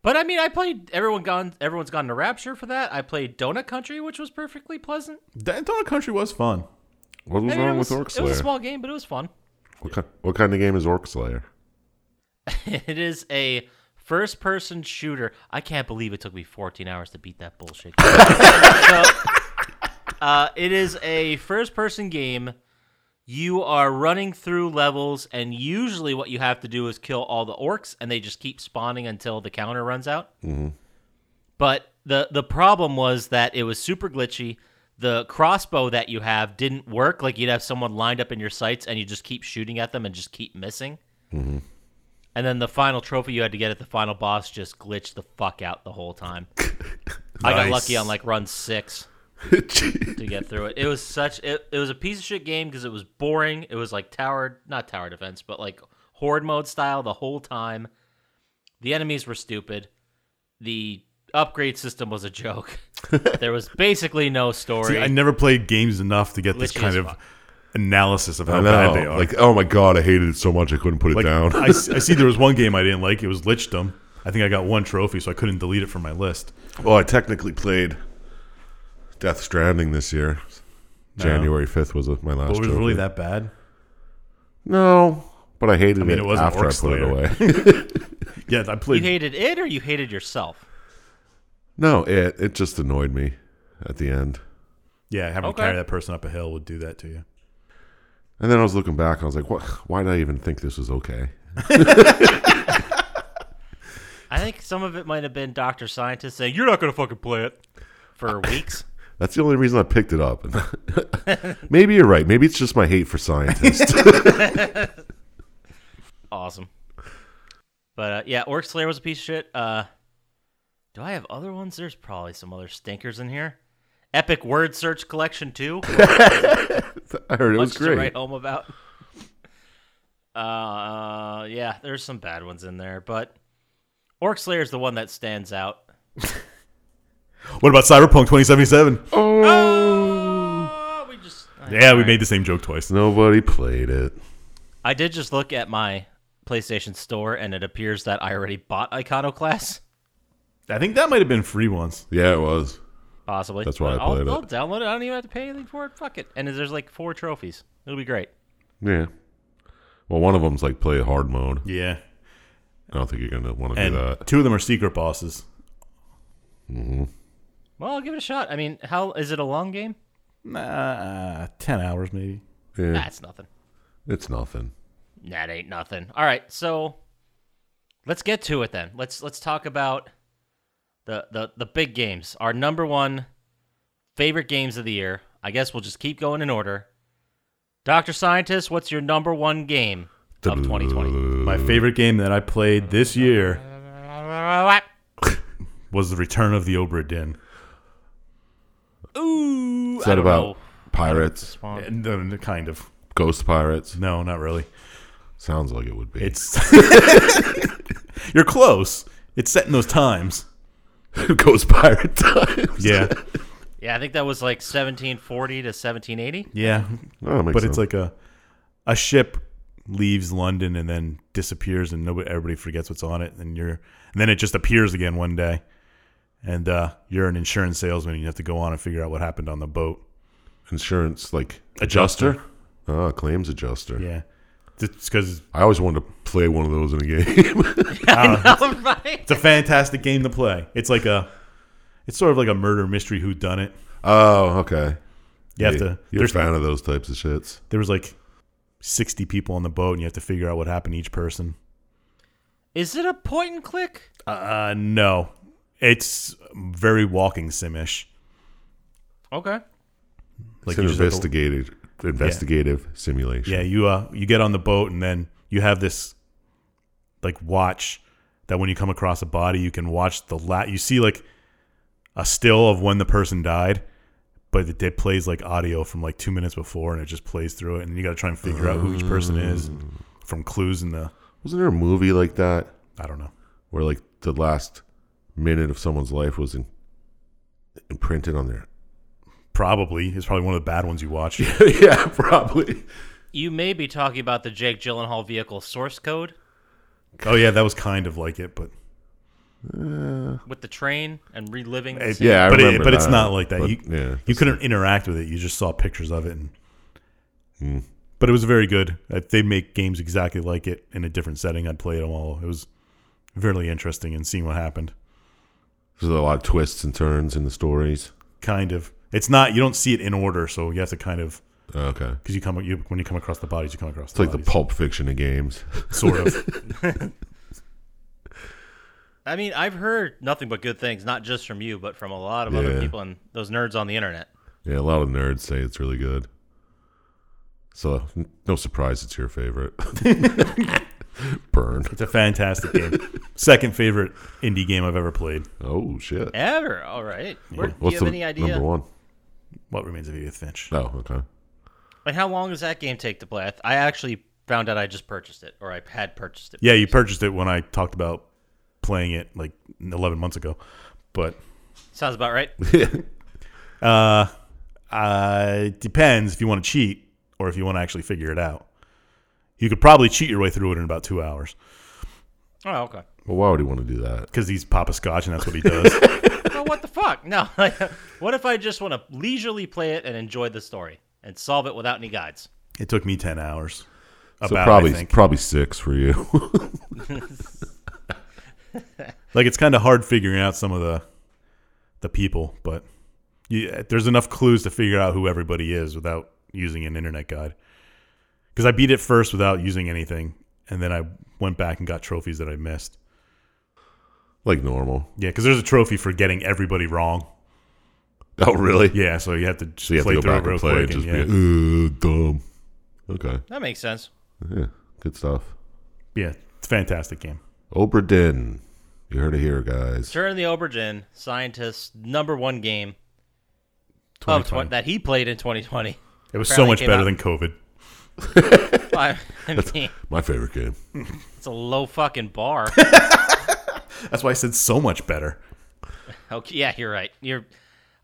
Speaker 4: But I mean, I played everyone gone. Everyone's gone to Rapture for that. I played Donut Country, which was perfectly pleasant.
Speaker 3: That Donut Country was fun.
Speaker 2: What was
Speaker 4: I mean,
Speaker 2: wrong
Speaker 4: it was,
Speaker 2: with Orc
Speaker 4: It
Speaker 2: Slayer?
Speaker 4: was a small game, but it was fun.
Speaker 2: what, kind, what kind of game is Orc Slayer?
Speaker 4: It is a first-person shooter. I can't believe it took me 14 hours to beat that bullshit. So, uh, it is a first-person game. You are running through levels, and usually what you have to do is kill all the orcs, and they just keep spawning until the counter runs out. But the the problem was that it was super glitchy. The crossbow that you have didn't work. Like you'd have someone lined up in your sights, and you just keep shooting at them and just keep missing. And then the final trophy you had to get at the final boss just glitched the fuck out the whole time. I got
Speaker 3: Nice.
Speaker 4: lucky on like run six to get through it. It was such it, it was a piece of shit game because it was boring. It was like tower not tower defense, but like horde mode style the whole time. The enemies were stupid. The upgrade system was a joke. there was basically no story.
Speaker 3: See, I never played games enough to get this
Speaker 4: Glitchy
Speaker 3: kind
Speaker 4: as
Speaker 3: of
Speaker 4: fuck.
Speaker 3: analysis of how
Speaker 2: I
Speaker 3: bad they
Speaker 2: know.
Speaker 3: are.
Speaker 2: Like, oh my god, I hated it so much I couldn't put it
Speaker 3: Like,
Speaker 2: down.
Speaker 3: I, s- I see there was one game I didn't like. It was Lichdom. I think I got one trophy, so I couldn't delete it from my list.
Speaker 2: well, I technically played Death Stranding this year. January fifth was my last.
Speaker 3: But it was
Speaker 2: trophy.
Speaker 3: really that bad.
Speaker 2: No, but I hated
Speaker 3: mean,
Speaker 2: it,
Speaker 3: it wasn't
Speaker 2: after I
Speaker 3: Orc
Speaker 2: put it away.
Speaker 3: Yeah, I
Speaker 4: you
Speaker 3: played.
Speaker 4: hated it or you hated yourself?
Speaker 2: no, it it just annoyed me at the end.
Speaker 3: yeah, having
Speaker 4: Okay.
Speaker 3: to carry that person up a hill would do that to you.
Speaker 2: And then I was looking back, I was like, what? Why did I even think this was okay?
Speaker 4: I think some of it might have been Doctor Scientist saying, You're not gonna fucking play it for weeks.
Speaker 2: That's the only reason I picked it up. Maybe you're right. Maybe it's just my hate for scientists.
Speaker 4: awesome. But uh, yeah, Orc Slayer was a piece of shit. Uh, do I have other ones? There's probably some other stinkers in here. Epic Word Search Collection 2.
Speaker 2: I heard it was
Speaker 4: much to
Speaker 2: great.
Speaker 4: write home about. Uh, yeah, there's some bad ones in there, but Orc Slayer is the one that stands out.
Speaker 3: What about Cyberpunk 2077?
Speaker 4: Oh, we just.
Speaker 3: Yeah, we made the same joke twice.
Speaker 2: Nobody played it.
Speaker 4: I did just look at my PlayStation Store, and it appears that I already bought Iconoclast.
Speaker 3: I think that might have been free once.
Speaker 2: Yeah, it was.
Speaker 4: Possibly.
Speaker 2: That's why I
Speaker 4: But I'll,
Speaker 2: played it.
Speaker 4: I'll download it. I don't even have to pay anything for it. Fuck it. And there's like four trophies. It'll be great.
Speaker 2: Yeah. Well, one of them's like play hard mode.
Speaker 3: Yeah,
Speaker 2: I don't think you're gonna want to do
Speaker 3: and
Speaker 2: that.
Speaker 3: two of them are secret bosses.
Speaker 4: Well, I'll give it a shot. I mean, how is it a long game?
Speaker 3: Nah, ten hours maybe.
Speaker 2: Yeah,
Speaker 4: That's nothing.
Speaker 2: it's nothing.
Speaker 4: That ain't nothing. All right, so let's get to it then. Let's let's talk about the the the big games. Our number one favorite games of the year. I guess we'll just keep going in order. Doctor Scientist, what's your number one game of 2020?
Speaker 3: My favorite game that I played this year was The Return of the Obra Dinn.
Speaker 4: Ooh,
Speaker 2: Is
Speaker 4: I
Speaker 2: that
Speaker 4: don't
Speaker 2: about
Speaker 4: know.
Speaker 2: pirates,
Speaker 4: Spawn.
Speaker 3: And, uh, Kind of.
Speaker 2: ghost pirates?
Speaker 3: No, not really.
Speaker 2: Sounds like it would be.
Speaker 3: It's you're close. It's set in those times.
Speaker 2: ghost pirate times.
Speaker 3: Yeah,
Speaker 4: Yeah, I think that was like 1740 to 1780.
Speaker 3: yeah.
Speaker 2: Oh, that makes
Speaker 3: But it's
Speaker 2: sense.
Speaker 3: like a a ship leaves London and then disappears, and nobody everybody forgets what's on it, and you're and then it just appears again one day, and uh, you're an insurance salesman, and you have to go on and figure out what happened on the boat.
Speaker 2: insurance like
Speaker 3: Adjuster.
Speaker 2: Ah, claims adjuster.
Speaker 3: Yeah, just because
Speaker 2: I always wanted to play one of those in a game. Uh-huh.
Speaker 4: Right?
Speaker 3: it's a fantastic game to play. It's like a it's sort of like a murder mystery who done it.
Speaker 2: oh, okay.
Speaker 3: You have
Speaker 2: Yeah,
Speaker 3: to.
Speaker 2: You're a
Speaker 3: There's
Speaker 2: fan of those types of shits.
Speaker 3: there was like 60 people on the boat and you have to figure out what happened to each person
Speaker 4: Is it a point and click?
Speaker 3: uh no it's very walking simish
Speaker 4: Okay.
Speaker 3: like
Speaker 2: it's an
Speaker 3: you just have to-
Speaker 2: investigative, investigative simulation.
Speaker 3: yeah you uh you get on the boat and then you have this like watch that when you come across a body you can watch the lat you see like a still of when the person died but it, it plays like audio from like two minutes before and it just plays through it and you got to try and figure out who each person is from clues in the
Speaker 2: Wasn't there a movie like that
Speaker 3: i don't know
Speaker 2: where like the last minute of someone's life was in, imprinted on their.
Speaker 3: Probably it's probably one of the bad ones you watch.
Speaker 2: yeah, probably.
Speaker 4: You may be talking about the Jake Gyllenhaal vehicle source code
Speaker 3: oh yeah, that was kind of like it, but
Speaker 4: with the train and reliving. the
Speaker 3: it-
Speaker 4: scene.
Speaker 2: Yeah, I
Speaker 3: but
Speaker 2: remember
Speaker 3: but it's
Speaker 2: that,
Speaker 3: not like that.
Speaker 2: but
Speaker 3: you
Speaker 2: yeah,
Speaker 3: you couldn't interact with it. You just saw pictures of it, and hmm. but it was very good. If they make games exactly like it in a different setting, I'd play them all. It was really interesting and seeing what happened.
Speaker 2: There's a lot of twists and turns in the stories.
Speaker 3: Kind of. It's not. You don't see it in order, so you have to kind of
Speaker 2: Okay. It's
Speaker 3: because you come you, when you come across the bodies, you come across the
Speaker 2: like the
Speaker 3: bodies,
Speaker 2: Pulp Fiction of games.
Speaker 3: sort of.
Speaker 4: I mean, I've heard nothing but good things, not just from you, but from a lot of other
Speaker 2: Yeah.
Speaker 4: people and those nerds on the internet.
Speaker 2: Yeah, a lot of nerds say it's really good. So, n- no surprise it's your favorite. Burn.
Speaker 3: it's a fantastic game. Second favorite indie game I've ever played.
Speaker 2: Oh, shit.
Speaker 4: Ever, all right. Where, do you
Speaker 2: What's
Speaker 4: have
Speaker 2: the
Speaker 4: any idea?
Speaker 2: number one?
Speaker 3: What remains of Edith Finch?
Speaker 2: Oh, okay.
Speaker 4: Like, how long does that game take to play? I, th- I actually found out I just purchased it, or I had purchased it.
Speaker 3: Yeah, you purchased it when I talked about playing it like 11 months ago, but
Speaker 4: Sounds about right.
Speaker 3: Uh, uh, it depends if you want to cheat or if you want to actually figure it out. You could probably cheat your way through it in about two hours
Speaker 4: Oh, okay.
Speaker 2: Well, why would he want to do that?
Speaker 3: because he's Papa Scotch and that's what he does.
Speaker 4: Well, what the fuck? No. Like, what if I just want to leisurely play it and enjoy the story and solve it without any guides?
Speaker 3: it took me ten hours. About
Speaker 2: So,
Speaker 3: I
Speaker 2: probably
Speaker 3: think.
Speaker 2: probably six for you.
Speaker 3: like it's kind of hard figuring out some of the the people, but you, there's enough clues to figure out who everybody is without using an internet guide. Because I beat it first without using anything, and then I went back and got trophies that I missed.
Speaker 2: like normal.
Speaker 3: Yeah, because there's a trophy for getting everybody wrong.
Speaker 2: Oh, really?
Speaker 3: Yeah, so you have to just
Speaker 2: So you have
Speaker 3: play
Speaker 2: to go
Speaker 3: through
Speaker 2: back
Speaker 3: it real
Speaker 2: and play
Speaker 3: quick.
Speaker 2: and just
Speaker 3: and, yeah.
Speaker 2: be like, uh, dumb. Okay.
Speaker 4: That makes sense.
Speaker 2: Yeah. Good stuff.
Speaker 3: yeah, it's a fantastic game.
Speaker 2: Oberdin. You heard it here, guys.
Speaker 4: Turn of the Obergin, scientist's number one game of
Speaker 3: 2020.
Speaker 4: tw- that he played in 2020.
Speaker 3: It was so
Speaker 4: Apparently
Speaker 3: much
Speaker 4: came
Speaker 3: better
Speaker 4: out-
Speaker 3: than COVID.
Speaker 4: I mean,
Speaker 2: My favorite game.
Speaker 4: it's a low fucking bar.
Speaker 3: That's why I said so much better.
Speaker 4: Okay, yeah, you're right. You're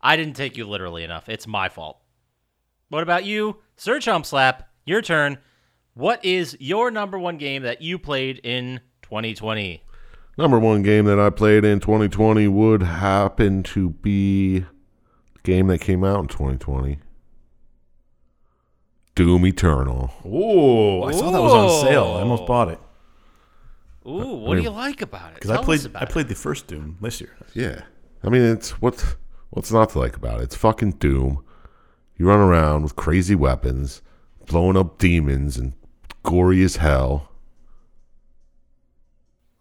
Speaker 4: I didn't take you literally enough. It's my fault. What about you, Sir Chump Slap? Your turn. What is your number one game that you played in 2020?
Speaker 2: Number one game that I played in 2020 would happen to be a game that came out in 2020 Doom Eternal.
Speaker 3: Oh, I saw that was on sale. I almost
Speaker 4: Ooh.
Speaker 3: bought it
Speaker 4: Ooh, what do you like about it?
Speaker 3: because I
Speaker 4: Tell us
Speaker 3: played.
Speaker 4: about
Speaker 3: I played the first Doom this year.
Speaker 2: Yeah. I mean, it's what's what's not to like about it? It's fucking Doom. You run around with crazy weapons, blowing up demons and gory as hell.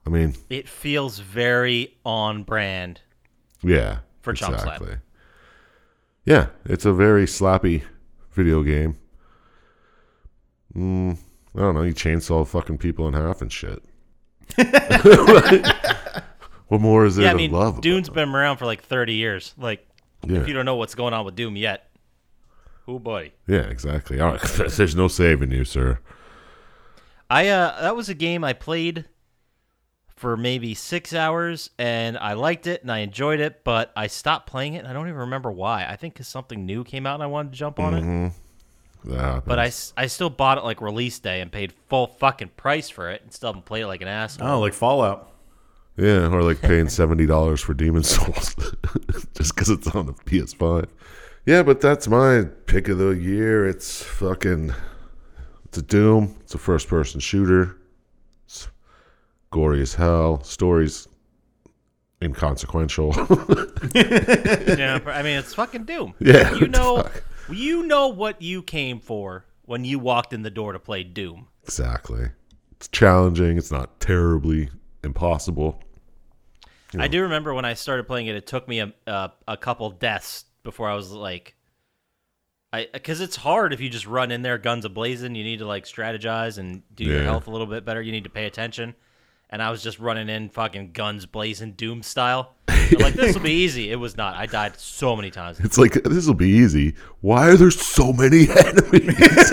Speaker 2: I mean,
Speaker 4: it. It feels very on brand.
Speaker 2: Yeah.
Speaker 4: For chump slap.
Speaker 2: Yeah, it's a very slappy video game. Mm, I don't know. You chainsaw fucking people in half and shit. what more is there
Speaker 4: yeah, I
Speaker 2: to
Speaker 4: mean,
Speaker 2: love? about
Speaker 4: Dune's
Speaker 2: it?
Speaker 4: been around for like 30 years. Like,
Speaker 2: yeah.
Speaker 4: if you don't know what's going on with Doom yet, oh boy.
Speaker 2: yeah, exactly. All right, there's no saving you, sir.
Speaker 4: I uh that was a game I played for maybe 6 hours and I liked it and I enjoyed it, but I stopped playing it and I don't even remember why. I think cuz something new came out and I wanted to jump on
Speaker 3: Mm-hmm.
Speaker 4: it,
Speaker 2: That happens.
Speaker 4: but I, s- I still bought it like release day and paid full fucking price for it and still haven't played it like an asshole.
Speaker 3: Oh, like Fallout.
Speaker 2: yeah, or like paying seventy dollars for Demon Souls just because it's on the PS5. Yeah, but that's my pick of the year. It's fucking. It's a Doom. It's a first-person shooter. It's gory as hell. Stories inconsequential.
Speaker 4: Yeah, but, I mean it's fucking Doom.
Speaker 2: yeah,
Speaker 4: You know
Speaker 2: fuck?
Speaker 4: you know what you came for when you walked in the door to play Doom.
Speaker 2: exactly. It's challenging. It's not terribly impossible.
Speaker 4: I do remember when I started playing it, it took me a a, a couple deaths before I was like, I because it's hard if you just run in there guns a blazing. You need to like strategize and do your
Speaker 2: Yeah.
Speaker 4: health a little bit better. You need to pay attention. And I was just running in fucking guns blazing, Doom style. I'm like this will be easy. It was not. I died so many times.
Speaker 2: It's like this will be easy. Why are there so many enemies?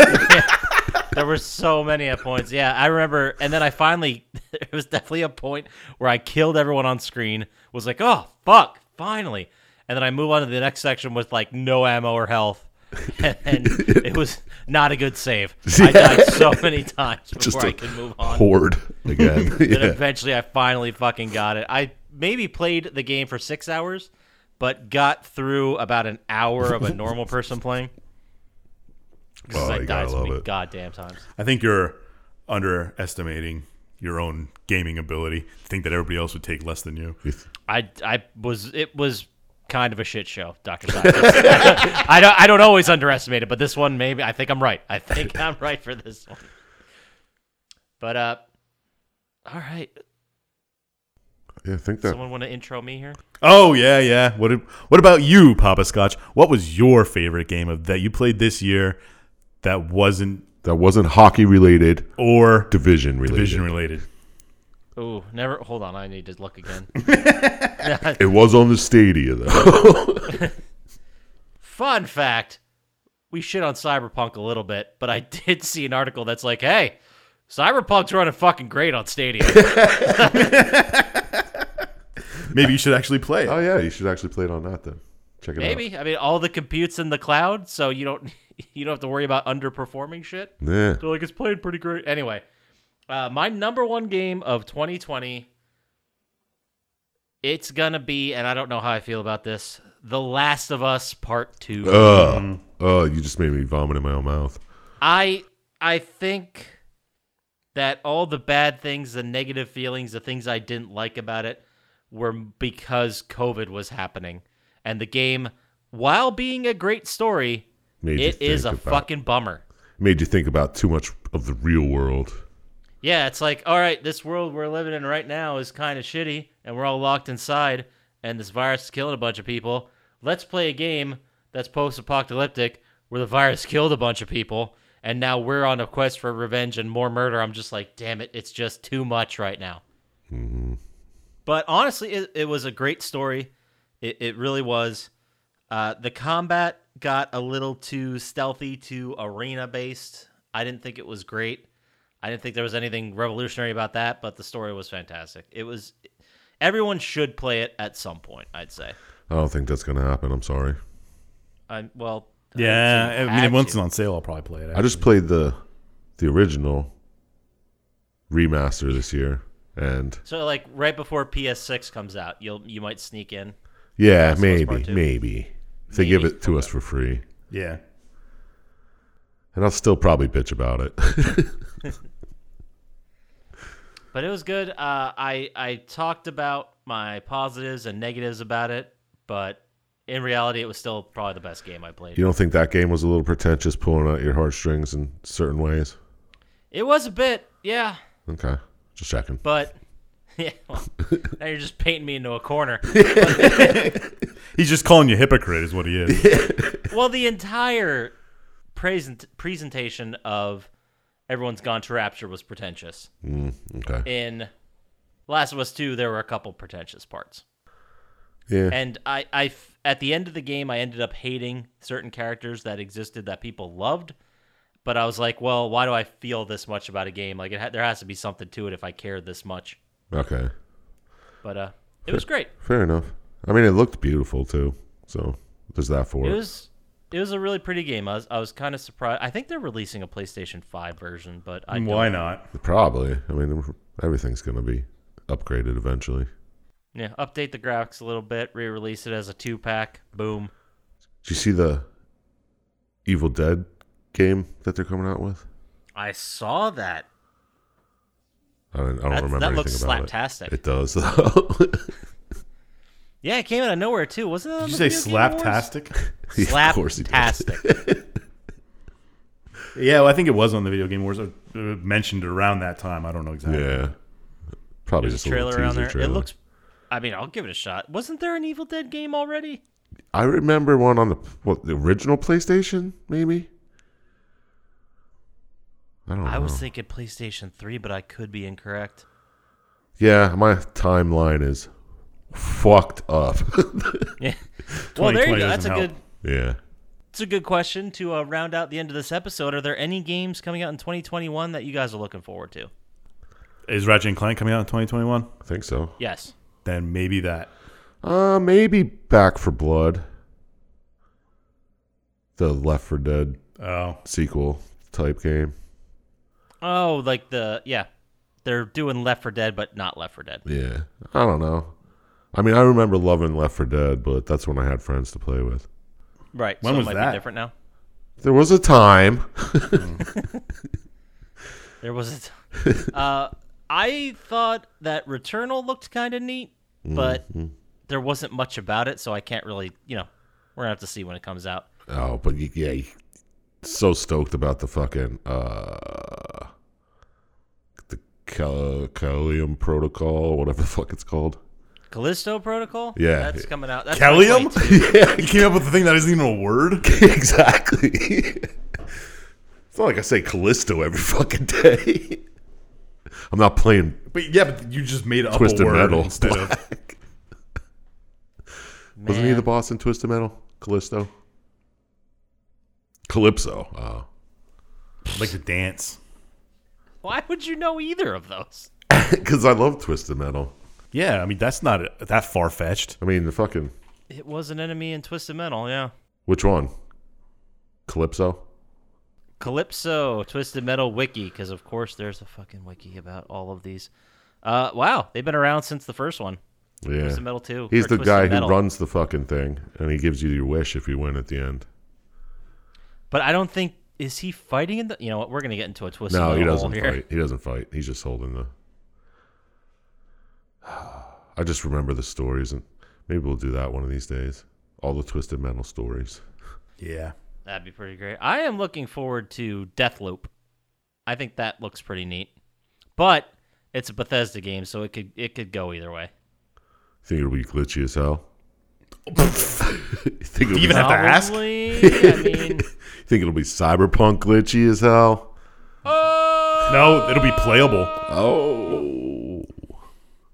Speaker 4: There were so many at points. Yeah, I remember. And then I finally, was definitely a point where I killed everyone on screen. Was like, oh fuck, finally. And then I move on to the next section with like no ammo or health. and it was not a good save. I died so many times
Speaker 2: Just
Speaker 4: before
Speaker 2: a
Speaker 4: I could move on.
Speaker 2: horde again.
Speaker 4: Then
Speaker 2: yeah.
Speaker 4: eventually I finally fucking got it. I maybe played the game for six hours, but got through about an hour of a normal person playing. Because
Speaker 2: Oh, you
Speaker 4: I died
Speaker 2: gotta
Speaker 4: so
Speaker 2: love
Speaker 4: many
Speaker 2: it.
Speaker 4: goddamn times.
Speaker 3: I think you're underestimating your own gaming ability. Think that everybody else would take less than you.
Speaker 4: I, I was it was kind of a shit show, Doctor Science. I don't I don't always underestimate it, but this one maybe I think I'm right. I think I'm right for this one. But uh, all right.
Speaker 2: yeah, I think that
Speaker 4: Someone want to intro me here?
Speaker 3: Oh yeah, yeah. What what about you, Papa Scotch? What was your favorite game of that you played this year that wasn't
Speaker 2: that wasn't hockey related,
Speaker 3: or
Speaker 2: division related.
Speaker 3: division related?
Speaker 4: Ooh, never. Hold on, I need to look again.
Speaker 2: It was on the Stadia though.
Speaker 4: Fun fact we shit on Cyberpunk a little bit, but I did see an article that's like, hey, Cyberpunk's running fucking great on Stadia.
Speaker 3: Maybe you should actually play. it.
Speaker 2: oh yeah, you should actually play it on that then. Check it out.
Speaker 4: Maybe. I mean, all the compute's in the cloud, so you don't you don't have to worry about underperforming shit.
Speaker 2: Yeah.
Speaker 4: So like it's played pretty great. Anyway, uh, my number one game of 2020. It's gonna be, and I don't know how I feel about this. The Last of Us Part Two.
Speaker 2: Ugh. Oh, you just made me vomit in my own mouth.
Speaker 4: I I think that all the bad things, the negative feelings, the things I didn't like about it were because COVID was happening. And the game, while being a great story,
Speaker 2: Made
Speaker 4: it
Speaker 2: you
Speaker 4: is a
Speaker 2: think about,
Speaker 4: fucking bummer.
Speaker 2: made you think about too much of the real world.
Speaker 4: Yeah, it's like, all right, this world we're living in right now is kind of shitty, and we're all locked inside, and this virus is killing a bunch of people. Let's play a game that's post apocalyptic where the virus killed a bunch of people, and now we're on a quest for revenge and more murder. I'm just like, damn it, it's just too much right now. But honestly, it, it was a great story. It, it really was. Uh, the combat got a little too stealthy, too arena based. I didn't think it was great. I didn't think there was anything revolutionary about that, but the story was fantastic. It was. Everyone should play it at some point. I'd say.
Speaker 2: I don't think that's gonna happen. I'm sorry.
Speaker 4: I well. I wouldn't say
Speaker 3: Yeah,
Speaker 4: you
Speaker 3: I mean,
Speaker 4: had
Speaker 3: once it's
Speaker 4: to.
Speaker 3: on sale, I'll probably play it.
Speaker 2: I just played the the original remaster this year, and
Speaker 4: So like right before PS6 comes out, you'll you might sneak in.
Speaker 2: yeah,
Speaker 4: Last of Us Part
Speaker 2: maybe,
Speaker 4: Two.
Speaker 2: maybe if they give it to us for free,
Speaker 3: yeah.
Speaker 2: and I'll still probably bitch about it.
Speaker 4: But it was good. Uh, I I talked about my positives and negatives about it, but in reality, it was still probably the best game I played.
Speaker 2: you don't think that game was a little pretentious, pulling out your heartstrings in certain ways?
Speaker 4: It was a bit, yeah,
Speaker 2: Okay, just checking.
Speaker 4: but yeah. Well, now you're just painting me into a corner.
Speaker 3: He's just calling you a hypocrite, is what he is.
Speaker 4: well, the entire present presentation of everyone's gone to rapture was pretentious.
Speaker 2: Okay,
Speaker 4: In Last of Us Two, there were a couple pretentious parts,
Speaker 2: yeah,
Speaker 4: and I, I f- at the end of the game, I ended up hating certain characters that existed that people loved. But I was like, well, why do I feel this much about a game? Like, it ha- there has to be something to it if I care this much.
Speaker 2: okay,
Speaker 4: But uh, it was great.
Speaker 2: fair enough. I mean, it looked beautiful too, so there's that for
Speaker 4: It
Speaker 2: it.
Speaker 4: was it was a really pretty game. I was I was kind of surprised. I think they're releasing a PlayStation Five version, but I don't
Speaker 3: Why not?
Speaker 2: probably. I mean, everything's gonna be upgraded eventually.
Speaker 4: Yeah, update the graphics a little bit, re-release it as a two pack. Boom.
Speaker 2: Did you see the Evil Dead game that they're coming out with?
Speaker 4: I saw that.
Speaker 2: I don't, I don't
Speaker 4: That's-
Speaker 2: remember
Speaker 4: that
Speaker 2: anything
Speaker 4: looks
Speaker 2: about
Speaker 4: slaptastic.
Speaker 2: it. It does. though.
Speaker 4: Yeah, it came out of nowhere too, wasn't it? on
Speaker 3: Did you
Speaker 4: the
Speaker 3: say
Speaker 4: Video Game Awards?
Speaker 3: slaptastic?
Speaker 2: Yeah, of course he does.
Speaker 4: Slaptastic.
Speaker 3: yeah, well, I think it was on the video game wars uh, mentioned around that time. I don't know exactly.
Speaker 2: yeah, probably
Speaker 4: There's
Speaker 2: just
Speaker 4: a
Speaker 2: a little
Speaker 4: trailer on
Speaker 2: teaser
Speaker 4: there.
Speaker 2: trailer.
Speaker 4: It looks. I mean, I'll give it a shot. Wasn't there an Evil Dead game already?
Speaker 2: I remember one on the what the original PlayStation, maybe. I don't
Speaker 4: I
Speaker 2: know.
Speaker 4: was thinking PlayStation Three, but I could be incorrect.
Speaker 2: yeah, my timeline is fucked up.
Speaker 4: Yeah. well, there you
Speaker 3: 2020
Speaker 4: go. That's a
Speaker 3: doesn't
Speaker 4: good.
Speaker 3: help.
Speaker 2: yeah.
Speaker 4: It's a good question to uh, round out the end of this episode. Are there any games coming out in 2021 that you guys are looking forward to?
Speaker 3: Is Ratchet and Clank coming out in 2021?
Speaker 2: I think so.
Speaker 4: Yes.
Speaker 3: Then maybe that.
Speaker 2: Uh, maybe Back for Blood. The Left for Dead
Speaker 3: Oh,
Speaker 2: sequel type game.
Speaker 4: Oh, like the yeah, they're doing Left for Dead, but not Left for Dead.
Speaker 2: Yeah. I don't know. I mean, I remember loving Left for Dead, but that's when I had friends to play with.
Speaker 4: Right.
Speaker 3: When
Speaker 4: so
Speaker 3: was
Speaker 4: it might
Speaker 3: that?
Speaker 4: be different now.
Speaker 2: There was a time.
Speaker 4: There was a t- uh, I thought that Returnal looked kind of neat, but
Speaker 2: Mm-hmm.
Speaker 4: there wasn't much about it, so I can't really, you know, we're gonna have to see when it comes out.
Speaker 2: Oh, but y- yeah, y- so stoked about the fucking uh the Cal- Calium Protocol, whatever the fuck it's called.
Speaker 4: Callisto Protocol.
Speaker 2: Yeah.
Speaker 4: that's coming out. That's
Speaker 3: Kellium?
Speaker 4: my play, too.
Speaker 2: yeah,
Speaker 3: you came up with the thing that isn't even a word.
Speaker 2: exactly. it's not like I say Callisto every fucking day. I'm not playing
Speaker 3: But yeah, but you just made up
Speaker 2: Twisted
Speaker 3: a word
Speaker 2: Metal.
Speaker 3: instead of
Speaker 2: Black. Wasn't he
Speaker 4: Man.
Speaker 2: the boss in Twisted Metal? Callisto. Calypso. Oh.
Speaker 3: like the dance.
Speaker 4: Why would you know either of those?
Speaker 2: Because I love Twisted Metal.
Speaker 3: Yeah, I mean that's not that far fetched.
Speaker 2: I mean, the fucking
Speaker 4: It was an enemy in Twisted Metal. Yeah.
Speaker 2: which one? Calypso.
Speaker 4: Calypso Twisted Metal Wiki, because of course there's a fucking wiki about all of these. Uh, wow, they've been around since the first one.
Speaker 2: Yeah.
Speaker 4: Twisted Metal 2.
Speaker 2: He's
Speaker 4: or
Speaker 2: the
Speaker 4: Twisted
Speaker 2: guy
Speaker 4: Metal.
Speaker 2: who runs the fucking thing, and he gives you your wish if you win at the end.
Speaker 4: But I don't think is he fighting in the. You know what? We're gonna get into a Twisted
Speaker 2: no,
Speaker 4: Metal
Speaker 2: he
Speaker 4: hole
Speaker 2: doesn't
Speaker 4: here.
Speaker 2: fight. He doesn't fight. He's just holding the. I just remember the stories, and maybe we'll do that one of these days. All the Twisted Metal stories.
Speaker 3: Yeah,
Speaker 4: That'd be pretty great. I am looking forward to Deathloop. I think that looks pretty neat. But it's a Bethesda game, so it could it could go either way.
Speaker 2: Think it'll be glitchy as hell. think, it'll
Speaker 3: you
Speaker 2: be,
Speaker 3: even have to ask?
Speaker 4: Probably. I mean,
Speaker 2: think it'll be cyberpunk glitchy as hell.
Speaker 4: oh,
Speaker 3: no, it'll be playable.
Speaker 2: Oh,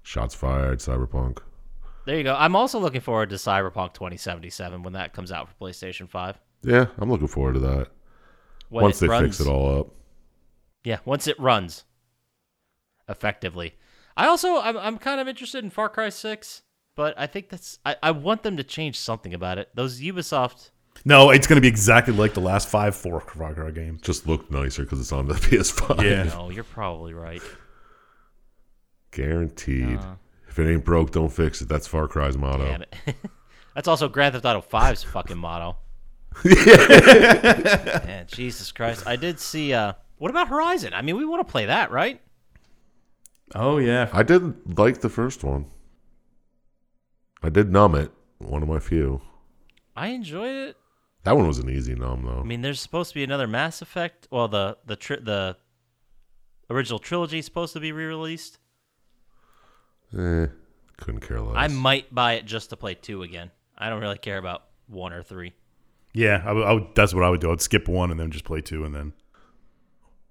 Speaker 2: shots fired, cyberpunk.
Speaker 4: there you go. I'm also looking forward to Cyberpunk 2077 when that comes out for PlayStation 5.
Speaker 2: Yeah, I'm looking forward to that.
Speaker 4: When
Speaker 2: Once they
Speaker 4: runs.
Speaker 2: fix it all up.
Speaker 4: Yeah, once it runs effectively. I also I'm I'm kind of interested in Far Cry 6, but I think that's I, I want them to change something about it. Those Ubisoft
Speaker 3: No, it's going to be exactly like the last five four Far Cry games.
Speaker 2: Just look nicer because it's on the PS5.
Speaker 3: Yeah.
Speaker 4: No, you're probably right.
Speaker 2: Guaranteed. If it ain't broke, don't fix it. That's Far Cry's motto.
Speaker 4: Uh-huh. Damn it. That's also Grand Theft Auto 5's fucking motto. Man, Jesus Christ. I did see uh what about Horizon? I mean, we want to play that, right?
Speaker 3: Oh yeah,
Speaker 2: I did like the first one. I did numb it. One of my few.
Speaker 4: I enjoyed it.
Speaker 2: That one was an easy numb though.
Speaker 4: I mean, there's supposed to be another Mass Effect. Well, the the tri- the original trilogy is supposed to be re-released.
Speaker 2: eh, couldn't care less.
Speaker 4: I might buy it just to play 2 again. I don't really care about 1 or 3.
Speaker 3: yeah. I, would- I would, that's what I would do. I'd skip one and then just play two, and then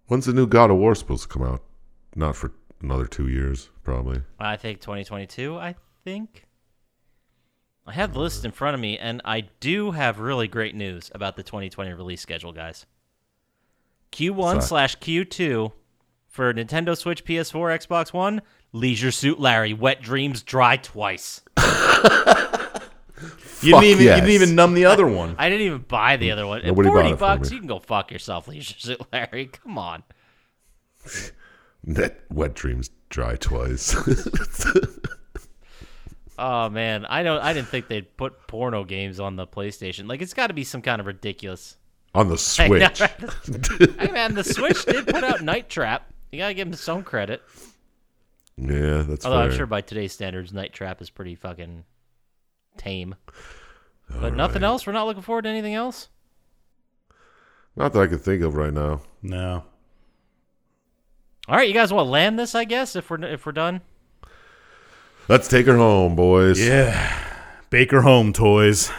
Speaker 2: When's the new God of War supposed to come out? Not for another two years, probably.
Speaker 4: I think 2022, I think. I have the list in front of me, and I do have really great news about the 2020 release schedule, guys. Q1
Speaker 2: Suck.
Speaker 4: slash Q2 for Nintendo Switch, PS4, Xbox One, Leisure Suit Larry, Wet Dreams, Dry Twice.
Speaker 3: you
Speaker 2: Fuck yes.
Speaker 3: numb the other one.
Speaker 4: I didn't even buy the other one. At
Speaker 2: Nobody bought
Speaker 4: 40
Speaker 2: it for
Speaker 4: bucks,
Speaker 2: me.
Speaker 4: you can go fuck yourself, Leisure Suit Larry. Come on.
Speaker 2: That wet dreams dry twice.
Speaker 4: Oh man, I don't. I didn't think they'd put porno games on the PlayStation. Like it's got to be some kind of ridiculous.
Speaker 2: On the Switch.
Speaker 4: Hey man, the Switch did put out Night Trap. You gotta give them some credit.
Speaker 2: yeah, that's
Speaker 4: Although I'm
Speaker 2: fair.
Speaker 4: sure by today's standards, Night Trap is pretty fucking tame. But nothing else. We're not looking forward to anything else.
Speaker 2: Not that I can think of right now.
Speaker 3: No,
Speaker 4: All right, you guys want to land this? I guess if we're if we're done.
Speaker 2: Let's take her home, boys.
Speaker 3: yeah. Baker Home Toys.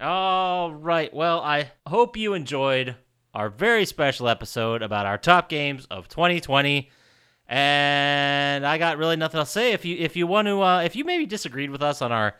Speaker 4: All right. Well, I hope you enjoyed our very special episode about our top games of 2020. And I got really nothing else to say. If you if you want to, uh, if you maybe disagreed with us on our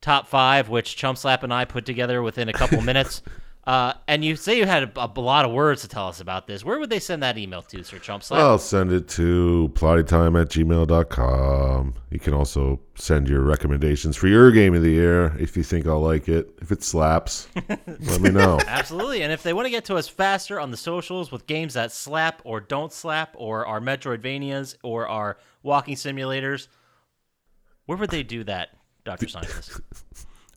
Speaker 4: top five, which Chump Slap and I put together within a couple minutes, Uh, and you say you had a, a lot of words to tell us about this. Where would they send that email to, Sir Chumpslap?
Speaker 2: I'll send it to plottytime at gmail.com. You can also send your recommendations for your game of the year if you think I'll like it. If it slaps, let me know.
Speaker 4: Absolutely. And if they want to get to us faster on the socials with games that slap or don't slap, or our Metroidvanias or our walking simulators, where would they do that, Dr. Scientist?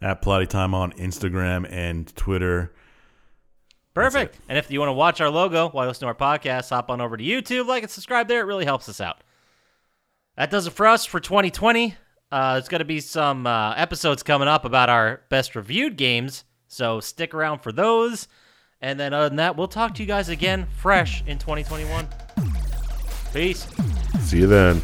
Speaker 3: At Plotty Time on Instagram and Twitter.
Speaker 4: Perfect. And if you want to watch our logo while you listen to our podcast, hop on over to YouTube, like and subscribe there. It really helps us out. That does it for us for 2020. Uh, there's going to be some uh, episodes coming up about our best reviewed games, so stick around for those. And then other than that, we'll talk to you guys again fresh in 2021. Peace.
Speaker 2: See you then.